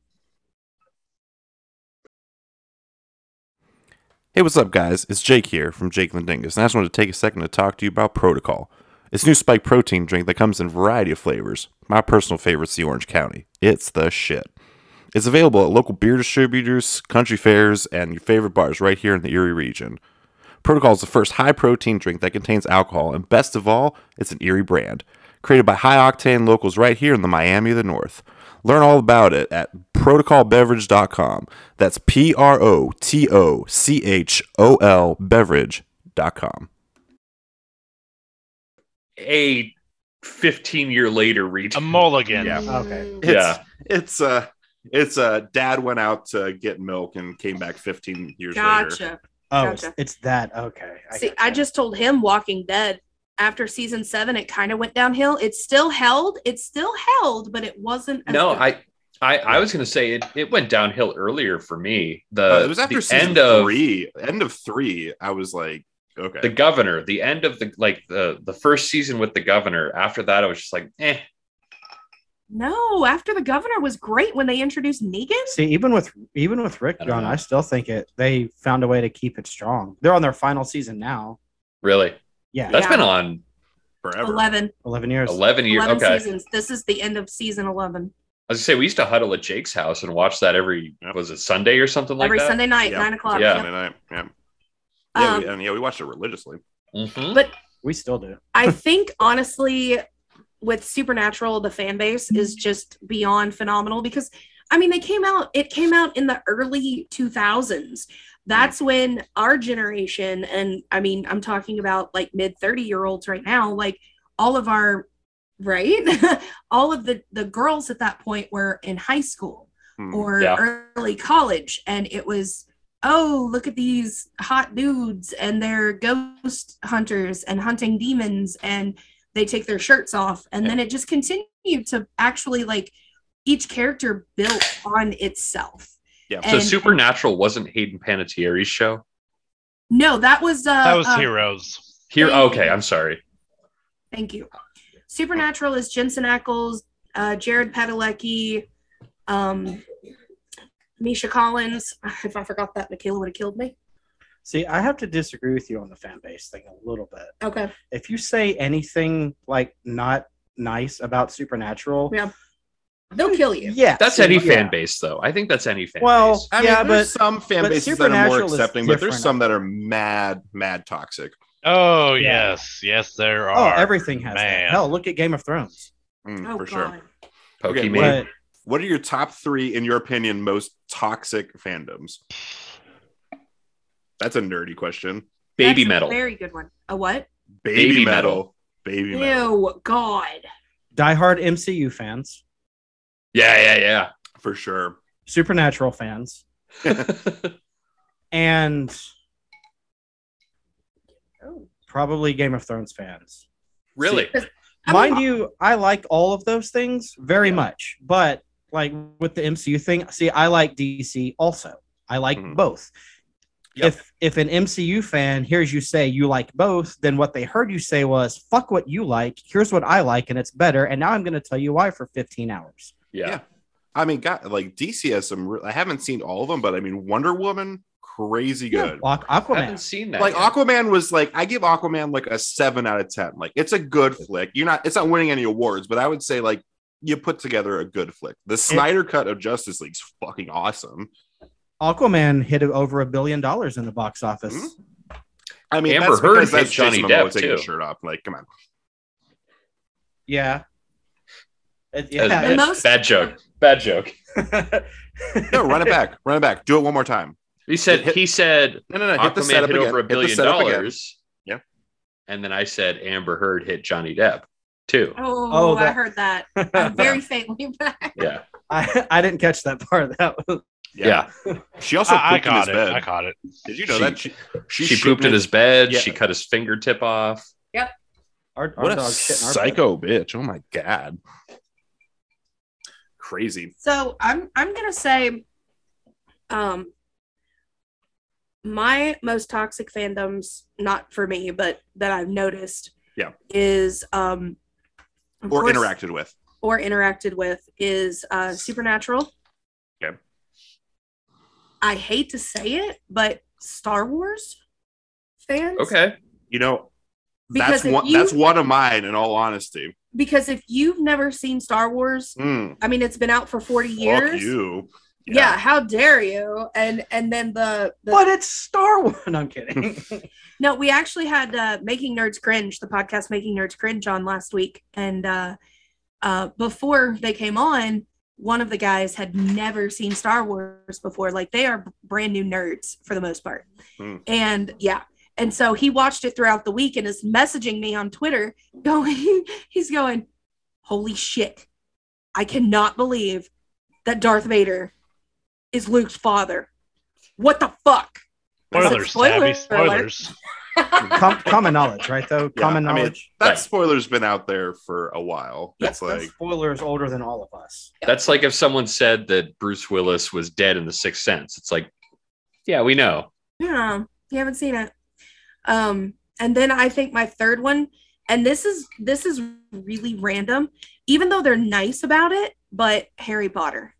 Speaker 2: Hey, what's up, guys? It's Jake here from Jake Lindingus, and I just wanted to take a second to talk to you about Protocol. It's a new spike protein drink that comes in a variety of flavors. My personal favorite's the Orange County. It's the shit. It's available at local beer distributors, country fairs, and your favorite bars right here in the Erie region. Protocol is the first high protein drink that contains alcohol, and best of all, it's an Erie brand. Created by high octane locals right here in the Miami of the North. Learn all about it at protocolbeverage.com. That's P R O T O C H O L beverage.com.
Speaker 5: A 15 year later read.
Speaker 6: a mulligan.
Speaker 2: Yeah.
Speaker 4: Okay.
Speaker 2: It's,
Speaker 5: Yeah.
Speaker 2: It's uh it's uh dad went out to get milk and came back 15 years later. Uh,
Speaker 3: Gotcha.
Speaker 4: Oh,
Speaker 3: Gotcha.
Speaker 4: it's, it's that. Okay. I
Speaker 3: See,
Speaker 4: gotcha.
Speaker 3: I just told him Walking Dead after season seven, it kind of went downhill. It still held, it still held, but it wasn't.
Speaker 5: No,
Speaker 3: good.
Speaker 5: I, I, I was gonna say it, it went downhill earlier for me. The
Speaker 2: Uh, it was after
Speaker 5: the
Speaker 2: season
Speaker 5: end of
Speaker 2: three. end of three, I was like, okay.
Speaker 5: the governor, the end of the like the the first season with the governor. After that, I was just like, eh.
Speaker 3: no, after the governor was great when they introduced Negan.
Speaker 4: See, even with even with Rick
Speaker 5: I don't
Speaker 4: gone,
Speaker 5: know.
Speaker 4: I still think it. They found a way to keep it strong. They're on their final season now.
Speaker 5: Really?
Speaker 4: Yeah,
Speaker 5: That's
Speaker 3: Yeah.
Speaker 5: been on
Speaker 2: forever.
Speaker 3: 11,
Speaker 4: eleven years.
Speaker 5: 11 years.
Speaker 3: 11
Speaker 5: Okay.
Speaker 3: seasons. This is the end of season 11.
Speaker 5: I was gonna say we used to huddle at Jake's house and watch that every
Speaker 2: Yep.
Speaker 5: was it Sunday or something like
Speaker 3: Every
Speaker 5: that.
Speaker 3: Sunday night,
Speaker 2: Yeah.
Speaker 3: nine o'clock.
Speaker 5: Yeah.
Speaker 3: Yep.
Speaker 2: And I, yeah. Yeah,
Speaker 3: Um,
Speaker 2: we, and yeah, we watched it religiously.
Speaker 5: Mhm.
Speaker 4: We still do.
Speaker 3: I think honestly, with Supernatural, the fan base is just beyond phenomenal because I mean they came out it came out in the early 2000s. That's when our generation and I mean I'm talking about like mid 30 year olds right now like all of our right all of the the girls at that point were in high school
Speaker 2: Hmm.
Speaker 3: or
Speaker 5: Yeah.
Speaker 3: early college and it was oh look at these hot dudes and they're ghost hunters and hunting demons and they take their shirts off and then it just continued to actually like each character built on itself
Speaker 2: Yeah.
Speaker 5: So
Speaker 3: and
Speaker 5: Supernatural wasn't Hayden Panettiere's show.
Speaker 3: no that was uh
Speaker 6: That was
Speaker 3: uh,
Speaker 6: heroes.
Speaker 5: Here,
Speaker 3: Thank
Speaker 5: okay,
Speaker 3: you.
Speaker 5: I'm sorry.
Speaker 3: thank you supernatural is jensen ackles uh jared padalecki um misha collins Ah, if i forgot that michaela would have killed me
Speaker 4: See, I have to disagree with you on the fan base thing a little bit.
Speaker 3: okay
Speaker 4: If you say anything like not nice about Supernatural,
Speaker 3: Yeah. They'll kill you.
Speaker 4: Yeah,
Speaker 5: That's any
Speaker 4: yeah.
Speaker 5: fan base, though. I think that's any fan
Speaker 4: Well,
Speaker 5: base.
Speaker 2: I mean,
Speaker 4: yeah, but
Speaker 2: there's some fan
Speaker 4: but
Speaker 2: bases that are more
Speaker 4: Supernatural is
Speaker 2: accepting, but there's
Speaker 4: different.
Speaker 2: some that are mad, mad toxic.
Speaker 6: Oh
Speaker 4: Yeah.
Speaker 6: yes, yes there
Speaker 4: oh,
Speaker 6: are.
Speaker 4: everything has that.
Speaker 6: Man.
Speaker 4: Hell, look at Game of Thrones.
Speaker 2: Mm,
Speaker 3: Oh
Speaker 2: for
Speaker 3: god.
Speaker 2: sure. Okay,
Speaker 5: Pokemon.
Speaker 2: well-
Speaker 4: But
Speaker 2: What are your top three, in your opinion, most toxic fandoms? That's a nerdy question.
Speaker 5: baby
Speaker 3: That's a
Speaker 5: metal.
Speaker 3: very good one. A what?
Speaker 2: Baby,
Speaker 5: Baby
Speaker 2: metal.
Speaker 5: metal.
Speaker 2: Baby metal.
Speaker 3: Ew, God.
Speaker 4: diehard MCU fans,
Speaker 5: Yeah, yeah,
Speaker 2: For sure.
Speaker 4: Supernatural fans,
Speaker 5: yeah.
Speaker 4: and
Speaker 3: Oh.
Speaker 4: probably Game of Thrones fans.
Speaker 5: really?
Speaker 3: I mean,
Speaker 4: Mind you, I like all of those things very much, but like with the MCU thing, see, I like DC also. I like
Speaker 2: Mhm.
Speaker 4: both.
Speaker 2: Yep.
Speaker 4: If if an MCU fan hears you say you like both, then what they heard you say was "fuck what you like." Here's what I like, and it's better. And now I'm going to tell you why for 15 hours.
Speaker 5: Yeah.
Speaker 2: Yeah. I mean, God, like DC has some. Re- I haven't seen all of them, but I mean, Wonder Woman, crazy good.
Speaker 4: Aqu-
Speaker 5: I
Speaker 4: Aquaman.
Speaker 5: haven't seen that.
Speaker 2: like
Speaker 5: yet.
Speaker 2: Aquaman was like I give Aquaman like a seven out of ten. Like it's a good flick. You're not. It's not winning any awards, but I would say like you put together a good flick. The Snyder cut of Justice League's fucking awesome.
Speaker 4: Aquaman hit over a billion dollars in the box office.
Speaker 2: Mhm. I mean,
Speaker 5: Amber
Speaker 2: that's
Speaker 5: Heard
Speaker 2: because
Speaker 5: hit
Speaker 2: that's Johnny
Speaker 5: Johnny
Speaker 2: Depp
Speaker 5: Depp,
Speaker 2: taking his
Speaker 5: too.
Speaker 2: shirt off. Like, come on.
Speaker 4: Yeah. It-
Speaker 5: That was
Speaker 4: yeah.
Speaker 5: bad,
Speaker 3: The most-
Speaker 5: bad joke. Bad joke.
Speaker 2: No, run it back. Run it back. Do it one more time.
Speaker 5: He said. He said
Speaker 2: No, no, no. Hit the
Speaker 5: Aquaman hit
Speaker 2: setup again.
Speaker 5: over a
Speaker 2: Hit the
Speaker 5: billion
Speaker 2: setup again.
Speaker 5: dollars.
Speaker 2: Yeah.
Speaker 5: And then I said Amber Heard hit Johnny Depp too.
Speaker 3: Oh,
Speaker 4: Oh,
Speaker 3: I
Speaker 4: that-
Speaker 3: heard that. I'm very faintly back.
Speaker 5: Yeah.
Speaker 4: I, I didn't catch that part. That was,
Speaker 5: Yeah.
Speaker 2: She also pooped
Speaker 6: I, I
Speaker 2: in his
Speaker 6: caught it.
Speaker 2: bed.
Speaker 6: I caught it.
Speaker 2: Did you know
Speaker 5: She-
Speaker 2: that she, she
Speaker 5: She
Speaker 2: shit
Speaker 5: pooped in his bed. She
Speaker 2: Yeah.
Speaker 5: cut his fingertip off.
Speaker 4: our, our
Speaker 2: What a
Speaker 4: dog shit in our bed.
Speaker 2: psycho bitch! Oh my god, crazy.
Speaker 3: So I'm I'm gonna say, um, my most toxic fandoms, not for me, but that I've noticed,
Speaker 2: Yeah.
Speaker 3: is um, of
Speaker 2: Or
Speaker 3: course-
Speaker 2: interacted with.
Speaker 3: or interacted with is uh, Supernatural.
Speaker 2: Okay.
Speaker 3: I hate to say it, but Star Wars fans.
Speaker 5: Okay.
Speaker 2: You know,
Speaker 3: Because
Speaker 2: that's
Speaker 3: if
Speaker 2: one.
Speaker 3: you-
Speaker 2: That's one of mine. In all honesty,
Speaker 3: Because if you've never seen Star Wars,
Speaker 2: Mm,
Speaker 3: I mean, it's been out for forty
Speaker 2: fuck
Speaker 3: years.
Speaker 2: you.
Speaker 3: Yeah. how dare you? And and then the, the
Speaker 4: But it's Star Wars. No, I'm kidding.
Speaker 3: No, we actually had uh, Making Nerds Cringe, the podcast Making Nerds Cringe, on last week, and uh, uh, before they came on, one of the guys had never seen Star Wars before. Like they are brand new nerds for the most part,
Speaker 2: Hmm.
Speaker 3: and yeah. And so he watched it throughout the week and is messaging me on Twitter, going, he's going, "Holy shit! I cannot believe that Darth Vader is Luke's father. What the fuck?" I said,
Speaker 6: Spoilers,
Speaker 3: "Spoiler
Speaker 6: Tabby.
Speaker 3: alert."
Speaker 6: Spoilers.
Speaker 4: Com- common knowledge, right? Though
Speaker 2: Yeah,
Speaker 4: common
Speaker 2: I mean,
Speaker 4: knowledge.
Speaker 2: That
Speaker 5: Right.
Speaker 2: spoiler's been out there for a while. That's
Speaker 4: That
Speaker 2: like
Speaker 4: spoiler is older than all of us.
Speaker 5: That's like if someone said that Bruce Willis was dead in The Sixth Sense. It's like, yeah, we know.
Speaker 3: Yeah, you haven't seen it. Um, and then I think my third one, and this is this is really random, even though they're nice about it, but Harry Potter.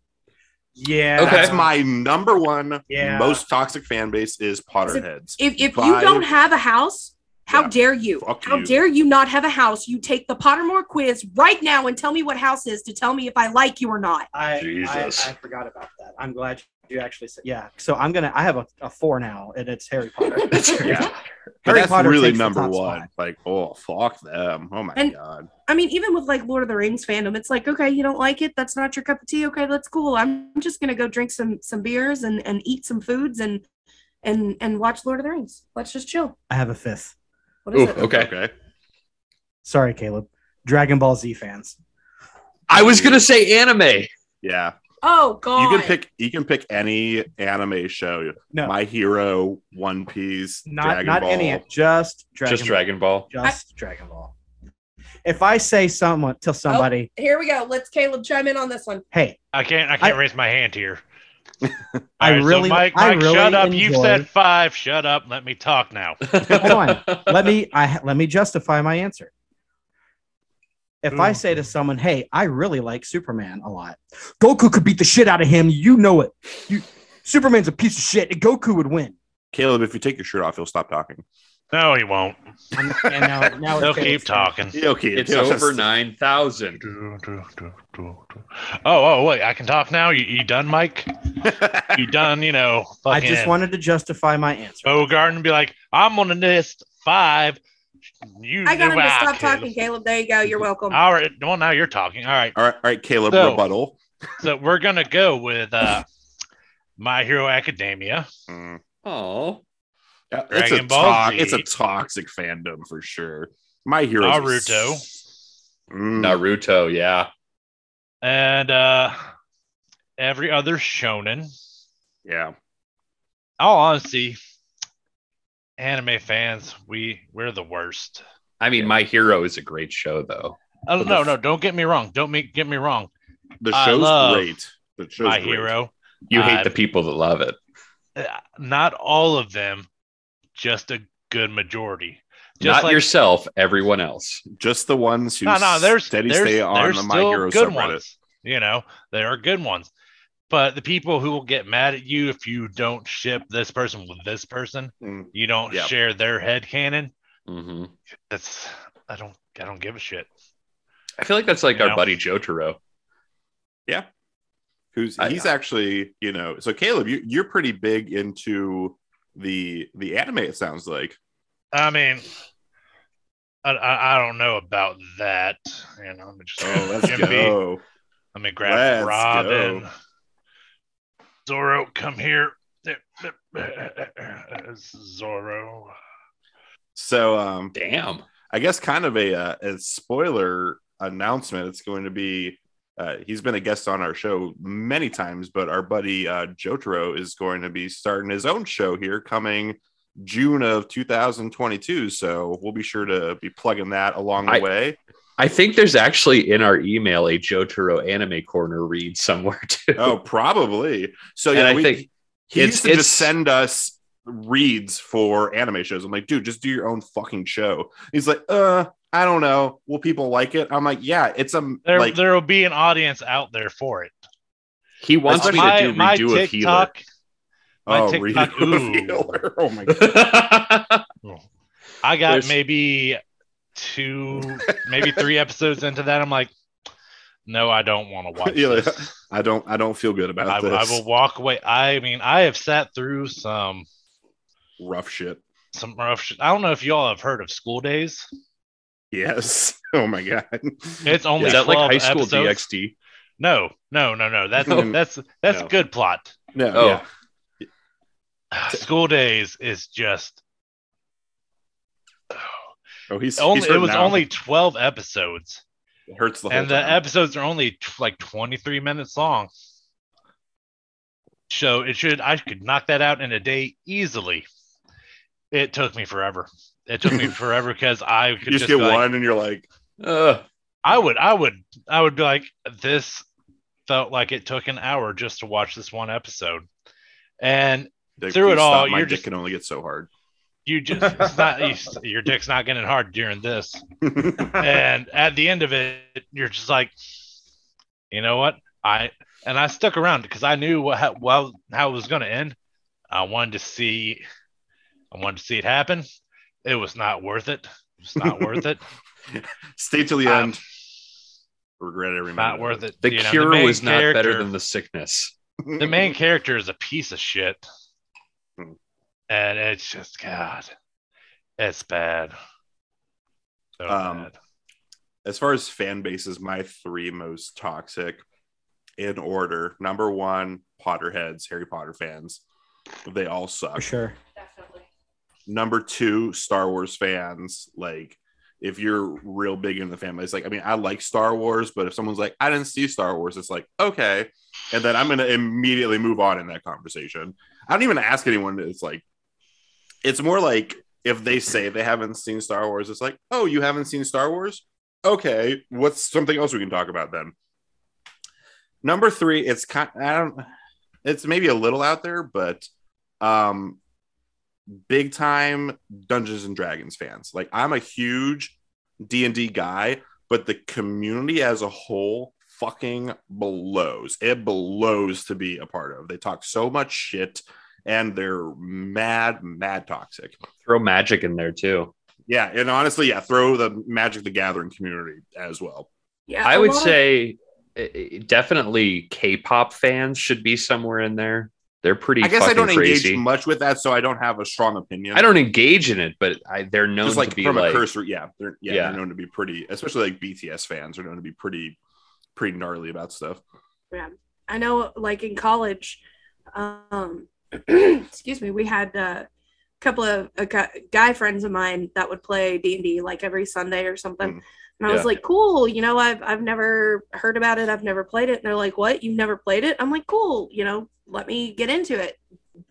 Speaker 4: Yeah.
Speaker 5: Okay.
Speaker 2: that's my number one
Speaker 4: Yeah.
Speaker 2: most toxic fan base is Potterheads.
Speaker 3: If if you
Speaker 2: Five.
Speaker 3: don't have a house, how
Speaker 2: Yeah.
Speaker 3: dare you?
Speaker 2: Fuck
Speaker 3: how
Speaker 2: you.
Speaker 3: dare you not have a house? You take the Pottermore quiz right now and tell me what house is to tell me if I like you or not.
Speaker 4: I,
Speaker 5: Jesus.
Speaker 4: I, I forgot about that. I'm glad you actually said. Yeah. So I'm gonna. I have a, a four now, and it's Harry Potter.
Speaker 5: yeah.
Speaker 2: But
Speaker 4: Harry
Speaker 2: that's
Speaker 4: Potter
Speaker 2: really
Speaker 4: takes the
Speaker 2: number
Speaker 4: top
Speaker 2: one.
Speaker 4: spot.
Speaker 2: Like, oh fuck them. Oh my
Speaker 3: And-
Speaker 2: god.
Speaker 3: I mean, even with like Lord of the Rings fandom, it's like, okay, you don't like it, that's not your cup of tea. Okay, that's cool. I'm just gonna go drink some some beers and and eat some foods and and and watch Lord of the Rings. Let's just chill.
Speaker 4: I have a fifth.
Speaker 3: What is
Speaker 5: Ooh,
Speaker 3: it?
Speaker 5: okay.
Speaker 4: Sorry, Caleb. Dragon Ball Z fans.
Speaker 5: I was gonna say anime.
Speaker 2: Yeah.
Speaker 3: Oh god.
Speaker 2: You can pick. You can pick any anime show.
Speaker 4: No.
Speaker 2: My Hero, One Piece,
Speaker 4: not
Speaker 2: Dragon
Speaker 4: not
Speaker 2: Ball.
Speaker 4: any. Just Dragon.
Speaker 5: Just
Speaker 4: Ball.
Speaker 5: Dragon Ball.
Speaker 4: Just Dragon Ball. If I say someone to somebody,
Speaker 3: Here we go. Let's Caleb chime in on this one.
Speaker 4: hey,
Speaker 6: I can't. I can't
Speaker 4: I-
Speaker 6: raise my hand here.
Speaker 4: I
Speaker 6: All
Speaker 4: really-
Speaker 6: Mike,
Speaker 4: I
Speaker 6: Mike,
Speaker 4: really
Speaker 6: shut up. You've
Speaker 4: enjoy-
Speaker 6: said five. Shut up. Let me talk now.
Speaker 4: Hold on. let me I let me justify my answer. If I
Speaker 6: Ooh.
Speaker 4: say to someone, "Hey, I really like Superman a lot. Goku could beat the shit out of him. You know it. You, Superman's a piece of shit. and Goku would win."
Speaker 2: Caleb, if you take your shirt off, you'll stop talking.
Speaker 6: No, he won't.
Speaker 4: I'm, and now, now
Speaker 6: He'll
Speaker 4: it's Taylor
Speaker 6: keep
Speaker 4: Swift.
Speaker 6: talking.
Speaker 2: Okay,
Speaker 5: It's over nine thousand.
Speaker 6: Do, do, do, do, do. Oh, oh, wait! I can talk now. You, you done, Mike? You done? You know,
Speaker 4: I
Speaker 6: fucking
Speaker 4: just wanted to justify my answer.
Speaker 6: Bogart and be like, I'm on the list five. You
Speaker 3: I got him to
Speaker 6: do I,
Speaker 3: stop
Speaker 6: Caleb.
Speaker 3: talking, Caleb. There you go. You're welcome.
Speaker 2: Um,
Speaker 6: All right. Well, now you're talking. All right.
Speaker 2: All right, all right, Caleb,
Speaker 6: So-
Speaker 2: rebuttal.
Speaker 6: So we're gonna go with uh, My Hero Academia.
Speaker 2: Mm.
Speaker 5: Oh,
Speaker 2: Yeah, It's a
Speaker 6: Dragon Ball
Speaker 2: to-
Speaker 6: Z.
Speaker 2: it's a toxic fandom for sure. My hero
Speaker 6: Naruto.
Speaker 2: Mm.
Speaker 5: Naruto. Yeah.
Speaker 6: and uh every other shonen.
Speaker 2: Yeah.
Speaker 6: All honesty, anime fans, we we're the worst.
Speaker 5: I mean, My Hero is a great show, though.
Speaker 6: Uh,
Speaker 2: But
Speaker 6: no,
Speaker 2: the-
Speaker 6: no, don't get me wrong. Don't make, get me wrong.
Speaker 2: The
Speaker 6: I
Speaker 2: show's
Speaker 6: love
Speaker 2: great. The show's
Speaker 6: My
Speaker 2: great.
Speaker 6: hero,
Speaker 5: You hate
Speaker 6: Uh,
Speaker 5: the people that love it.
Speaker 6: Uh, not all of them, just a good majority. Just
Speaker 5: Not
Speaker 6: like
Speaker 5: yourself, everyone else.
Speaker 2: Just the ones who
Speaker 6: no, no, there's
Speaker 2: steady
Speaker 6: there's,
Speaker 2: stay on
Speaker 6: there's
Speaker 2: the My
Speaker 6: still
Speaker 2: Hero
Speaker 6: good
Speaker 2: subreddit.
Speaker 6: ones. You know, there are good ones, but the people who will get mad at you if you don't ship this person with this person,
Speaker 2: Mm.
Speaker 6: you don't
Speaker 2: Yeah.
Speaker 6: share their head cannon.
Speaker 5: hmm
Speaker 6: Mm-hmm. that's I don't I don't give a shit.
Speaker 5: I feel like that's like
Speaker 6: You
Speaker 5: our
Speaker 6: know?
Speaker 5: buddy Jotaro.
Speaker 2: Who's
Speaker 5: I-
Speaker 2: he's actually, you know, so Caleb, you, you're pretty big into the the anime, it sounds like.
Speaker 6: I mean, I I, I don't know about that. You know, let me just
Speaker 2: Oh, let's
Speaker 6: Jim B,
Speaker 2: go.
Speaker 6: let me grab
Speaker 2: Let's
Speaker 6: Robin.
Speaker 2: go.
Speaker 6: Zoro, come here. Zoro.
Speaker 2: So um
Speaker 5: Damn.
Speaker 2: I guess kind of a, uh, a spoiler announcement. It's going to be uh, he's been a guest on our show many times, but our buddy uh, Jotaro is going to be starting his own show here coming June of 2022. So we'll be sure to be plugging that along the
Speaker 5: I-
Speaker 2: way.
Speaker 5: I think there's actually in our email a Jotaro anime corner read somewhere too.
Speaker 2: Oh, probably. So yeah,
Speaker 5: And I
Speaker 2: we,
Speaker 5: think
Speaker 2: he
Speaker 5: it's-
Speaker 2: used to
Speaker 5: it's-
Speaker 2: just send us reads for anime shows. I'm like, dude, just do your own fucking show. He's like, uh, I don't know. Will people like it? I'm like, yeah, it's a
Speaker 6: There
Speaker 2: like
Speaker 6: there will be an audience out there for it.
Speaker 5: he wants me to do redo of healer.
Speaker 6: my
Speaker 2: oh,
Speaker 6: TikTok-
Speaker 2: redo of
Speaker 6: ooh.
Speaker 2: healer. Oh my
Speaker 6: I got
Speaker 5: There's-
Speaker 6: maybe two, maybe three episodes into that. I'm like, no, I don't want to watch
Speaker 2: Yeah, like,
Speaker 6: this.
Speaker 2: I don't I don't feel good about
Speaker 6: I,
Speaker 2: this
Speaker 6: I will walk away. I mean, I have sat through some
Speaker 2: rough shit.
Speaker 6: some rough shit. I don't know if y'all have heard of School Days.
Speaker 2: Yes. Oh my god.
Speaker 6: It's only
Speaker 5: Is that like
Speaker 6: 12
Speaker 5: high school
Speaker 6: episodes.
Speaker 5: DxD?
Speaker 6: No, no, no, no. That's
Speaker 2: No.
Speaker 6: that's that's
Speaker 5: No.
Speaker 6: good plot.
Speaker 2: no.
Speaker 5: Oh,
Speaker 2: yeah.
Speaker 6: School Days is just
Speaker 2: Oh, he's
Speaker 6: only.
Speaker 2: he's
Speaker 6: It
Speaker 2: hurt
Speaker 6: was
Speaker 2: now.
Speaker 6: only 12 episodes,
Speaker 2: It hurts the whole
Speaker 6: and the
Speaker 2: time.
Speaker 6: episodes are only t- like 23 minutes long. So it should I could knock that out in a day easily. It took me forever. It took me forever because I could
Speaker 2: you just
Speaker 6: be
Speaker 2: get
Speaker 6: like,
Speaker 2: one and you're like,
Speaker 5: Ugh.
Speaker 6: I would, I would, I would be like, this felt like it took an hour just to watch this one episode, and
Speaker 2: Dick,
Speaker 6: Through it
Speaker 2: please
Speaker 6: all,
Speaker 2: stop. my
Speaker 6: you're
Speaker 2: dick
Speaker 6: just-
Speaker 2: can only get so hard.
Speaker 6: you just it's not you- your dick's not getting hard during this, and at the end of it, you're just like, you know what, I and I stuck around because I knew what how, well how it was going to end. I wanted to see, I wanted to see it happen. It was not worth it. It's not worth it.
Speaker 2: Stay till the
Speaker 6: Um,
Speaker 2: end. Regret every minute.
Speaker 6: Not
Speaker 2: of
Speaker 6: worth it.
Speaker 5: The
Speaker 6: You know,
Speaker 5: cure
Speaker 6: main
Speaker 5: was not better
Speaker 6: character-
Speaker 5: than the sickness.
Speaker 2: it.
Speaker 6: the main character is a piece of shit.
Speaker 2: Hmm.
Speaker 6: And it's just God. It's bad. So
Speaker 2: Um,
Speaker 6: bad.
Speaker 2: as far as fan bases, my three most toxic in order. Number one, Potterheads, Harry Potter fans. They all
Speaker 4: For
Speaker 6: Oh.
Speaker 2: suck.
Speaker 4: sure.
Speaker 3: Definitely.
Speaker 2: number two star wars fans like if you're real big in the family it's like i mean i like star wars but if someone's like i didn't see star wars it's like okay and then i'm gonna immediately move on in that conversation i don't even ask anyone it's like it's more like if they say they haven't seen star wars it's like oh you haven't seen star wars okay what's something else we can talk about then number three it's kind i don't it's maybe a little out there but um big time Dungeons and Dragons fans. Like I'm a huge D&D guy, but the community as a whole fucking blows. It blows to be a part of. They talk so much shit and they're mad, mad toxic.
Speaker 5: Throw magic in there too.
Speaker 2: Yeah, and honestly, yeah, throw the Magic the Gathering community as well.
Speaker 3: Yeah,
Speaker 5: I
Speaker 3: a
Speaker 5: would
Speaker 3: lot of-
Speaker 5: say eh, eh, definitely K-pop fans should be somewhere in there. They're pretty.
Speaker 2: I guess I
Speaker 5: fucking
Speaker 2: don't
Speaker 5: crazy.
Speaker 2: engage much with that, so I don't have a strong opinion.
Speaker 5: I don't engage in it, but I, they're known
Speaker 2: just like
Speaker 5: to be
Speaker 2: from a
Speaker 5: like.
Speaker 2: cursory, yeah, they're yeah,
Speaker 5: Yeah.
Speaker 2: they're known to be pretty, especially like BTS fans are known to be pretty, pretty gnarly about stuff.
Speaker 3: I know, like in college, um, excuse me, we had uh, a couple of a gu- guy friends of mine that would play D and D like every Sunday or something,
Speaker 2: Mm.
Speaker 3: and I
Speaker 5: Yeah.
Speaker 3: was like, "Cool, you know, I've I've never heard about it, I've never played it." And they're like, "What? You've never played it?" I'm like, "Cool, you know, let me get into it.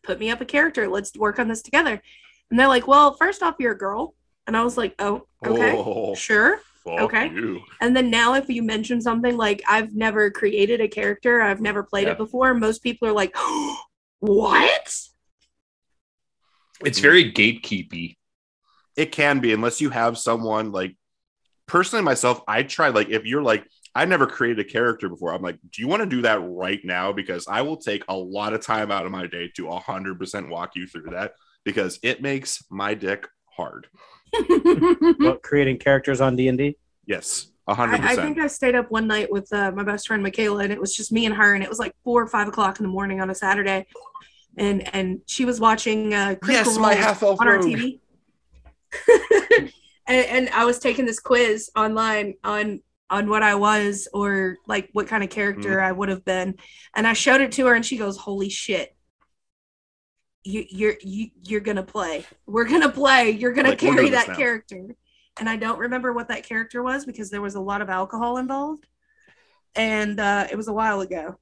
Speaker 3: Put me up a character. Let's work on this together." And they're like, "Well, first off, you're a girl," and I was like, "Oh, okay,
Speaker 2: Oh,
Speaker 3: sure."
Speaker 2: fuck
Speaker 3: okay.
Speaker 2: you.
Speaker 3: And then now, if you mention something like I've never created a character, I've never played
Speaker 5: Yeah.
Speaker 3: it before, most people are like, "What?"
Speaker 5: it's very gatekeepy.
Speaker 2: It can be unless you have someone like personally myself. I try like if you're like I never created a character before. I'm like, do you want to do that right now? Because I will take a lot of time out of my day to 100 percent walk you through that because it makes my dick hard.
Speaker 3: Hmm?
Speaker 4: What, creating characters on D and D.
Speaker 2: Yes, 100.
Speaker 3: I, I
Speaker 2: percent
Speaker 3: think I stayed up one night with uh, my best friend Michaela, and it was just me and her, and it was like four or five o'clock in the morning on a Saturday, and and she was watching uh, Critical
Speaker 2: Yes, my
Speaker 3: Role
Speaker 2: half elf
Speaker 3: on our
Speaker 2: rogue.
Speaker 3: TV. and, and I was taking this quiz online on on what I was or like what kind of character
Speaker 2: Mm.
Speaker 3: I would have been, and I showed it to her, and she goes, "Holy shit." You, you're you, you're gonna play. We're gonna play. You're gonna
Speaker 2: Like, we're
Speaker 3: carry
Speaker 2: doing this
Speaker 3: that
Speaker 2: now.
Speaker 3: character. And I don't remember what that character was because there was a lot of alcohol involved, and uh, it was a while ago.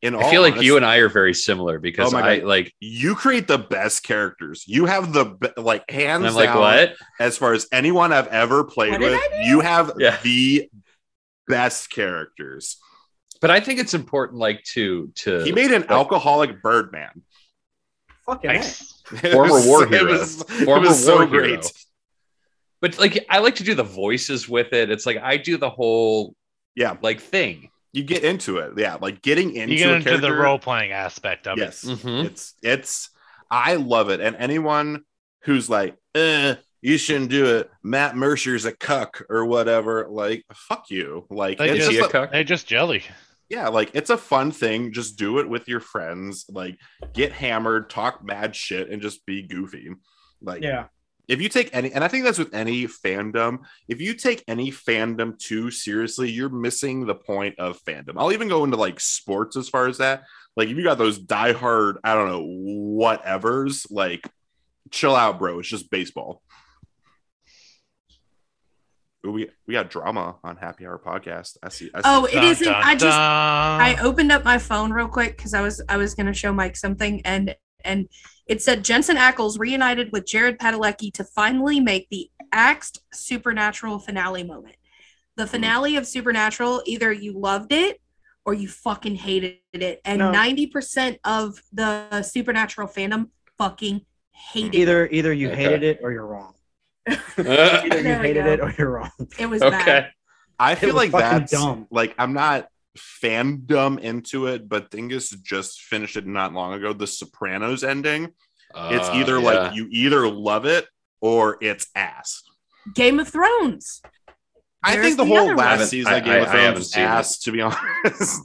Speaker 2: In
Speaker 5: I feel like you
Speaker 2: honesty-
Speaker 5: and I are very similar because
Speaker 2: Oh my
Speaker 5: I
Speaker 2: God.
Speaker 5: like.
Speaker 2: you create the best characters. You have the be- like hands
Speaker 5: And I'm like,
Speaker 2: down,
Speaker 5: what?
Speaker 2: as far as anyone I've ever played
Speaker 3: What did
Speaker 2: with.
Speaker 3: I do?
Speaker 2: You have
Speaker 5: Yeah.
Speaker 2: the best characters.
Speaker 5: But I think it's important, like, to to
Speaker 2: He made an alcoholic Birdman.
Speaker 4: Fucking A.
Speaker 6: Nice.
Speaker 2: It
Speaker 5: Former
Speaker 2: was-
Speaker 5: war
Speaker 2: it
Speaker 5: hero.
Speaker 2: was- it
Speaker 5: Former
Speaker 2: was so
Speaker 5: war hero.
Speaker 2: great.
Speaker 5: But like, I like to do the voices with it. It's like I do the whole
Speaker 2: Yeah,
Speaker 5: like thing.
Speaker 2: you get into it. Yeah, like getting into
Speaker 6: You get
Speaker 2: a
Speaker 6: into the
Speaker 2: character-
Speaker 6: role playing aspect of
Speaker 2: Yes,
Speaker 5: Mhm.
Speaker 2: it's it's. I love it, and anyone who's like, eh, you shouldn't do it. Matt Mercer's a cuck or whatever. Like, fuck you. Like,
Speaker 6: Like,
Speaker 5: Is
Speaker 2: it's
Speaker 6: just
Speaker 5: he a
Speaker 2: just a-
Speaker 6: it.
Speaker 5: cuck?
Speaker 6: They just jelly.
Speaker 2: yeah, like it's a fun thing. Just do it with your friends. Like get hammered, talk mad shit, and just be goofy. Like
Speaker 4: Yeah.
Speaker 2: if you take any, and I think that's with any fandom. If you take any fandom too seriously, you're missing the point of fandom. I'll even go into like sports as far as that. Like if you got those diehard, I don't know, whatever's, like chill out, bro. It's just baseball. Ooh, We we got drama on Happy Hour podcast. I see. I see.
Speaker 3: Oh, it
Speaker 6: Dun,
Speaker 3: isn't.
Speaker 6: dun,
Speaker 3: I just I
Speaker 6: dun.
Speaker 3: opened up my phone real quick because I was I was gonna show Mike something and and it said Jensen Ackles reunited with Jared Padalecki to finally make the axed Supernatural finale moment.
Speaker 4: Hmm.
Speaker 3: The finale of Supernatural, either you loved it or you fucking hated it, and
Speaker 4: No.
Speaker 3: ninety percent of the Supernatural fandom fucking hated it.
Speaker 4: Either either you
Speaker 5: Okay.
Speaker 4: hated it or you're wrong.
Speaker 6: Uh,
Speaker 4: Either you
Speaker 3: There we
Speaker 4: hated
Speaker 3: go.
Speaker 4: it or you're wrong.
Speaker 3: It was
Speaker 5: Uh, okay.
Speaker 3: bad.
Speaker 2: I
Speaker 4: It
Speaker 2: feel
Speaker 4: was
Speaker 2: like
Speaker 4: fucking
Speaker 2: that's
Speaker 4: dumb.
Speaker 2: like I'm not fandom into it, but Dingus just finished it not long ago. The Sopranos ending. It's
Speaker 5: Uh,
Speaker 2: either
Speaker 5: yeah.
Speaker 2: like you either love it or it's ass.
Speaker 3: Game of Thrones.
Speaker 2: I
Speaker 3: There's
Speaker 2: think the
Speaker 3: the
Speaker 2: whole
Speaker 3: other
Speaker 5: one. I
Speaker 2: last
Speaker 5: haven't-
Speaker 2: season
Speaker 5: I-
Speaker 2: of Game
Speaker 5: I-
Speaker 2: of
Speaker 5: I
Speaker 2: Thrones
Speaker 5: haven't
Speaker 2: was
Speaker 5: seen it.
Speaker 2: ass, to be honest.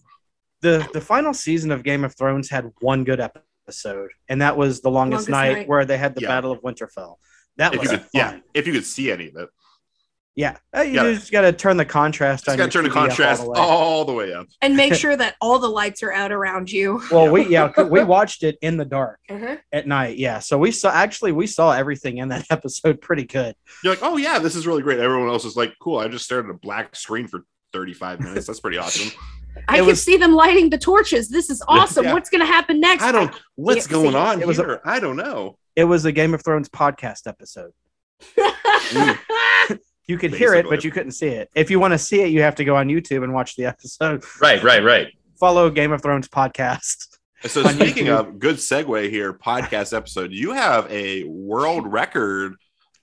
Speaker 4: the the final season of Game of Thrones had one good episode, and that was the
Speaker 3: Longest
Speaker 4: longest, night,
Speaker 3: Night.
Speaker 4: where they had the
Speaker 2: Yeah.
Speaker 4: Battle of Winterfell. That
Speaker 2: if
Speaker 4: was
Speaker 2: you
Speaker 4: fun.
Speaker 2: could, yeah, if you could see any of it,
Speaker 4: yeah. Uh, You
Speaker 2: Yeah.
Speaker 4: just got to turn the contrast
Speaker 2: just
Speaker 4: on.
Speaker 2: gotta turn
Speaker 4: your
Speaker 2: the
Speaker 4: TV up all
Speaker 2: contrast
Speaker 4: the
Speaker 2: all
Speaker 4: way.
Speaker 2: the, way up.
Speaker 3: And make sure that all the lights are out around you.
Speaker 4: Well, we yeah c- we watched it in the dark
Speaker 3: Uh-huh.
Speaker 4: at night. Yeah, so we saw actually we saw everything in that episode pretty good.
Speaker 2: You're like, oh yeah, this is really great. Everyone else is like, cool. I just stared at a black screen for 35 minutes. That's pretty awesome.
Speaker 3: I
Speaker 4: It
Speaker 3: can
Speaker 4: was-
Speaker 3: see them lighting the torches. This is awesome.
Speaker 2: Yeah.
Speaker 3: What's going to happen next?
Speaker 2: I don't. What's
Speaker 3: see
Speaker 2: going
Speaker 3: it.
Speaker 2: on
Speaker 4: It was a-
Speaker 2: here? I I don't know.
Speaker 4: It was a Game of Thrones podcast episode.
Speaker 2: Mm.
Speaker 4: You could hear it,
Speaker 2: Basically.
Speaker 4: but you couldn't see it. If you want to see it, you have to go on YouTube and watch the episode.
Speaker 5: Right, right, right.
Speaker 4: Follow Game of Thrones podcast.
Speaker 2: So
Speaker 4: on
Speaker 2: speaking
Speaker 4: YouTube.
Speaker 2: of good segue here, podcast episode. You have a world record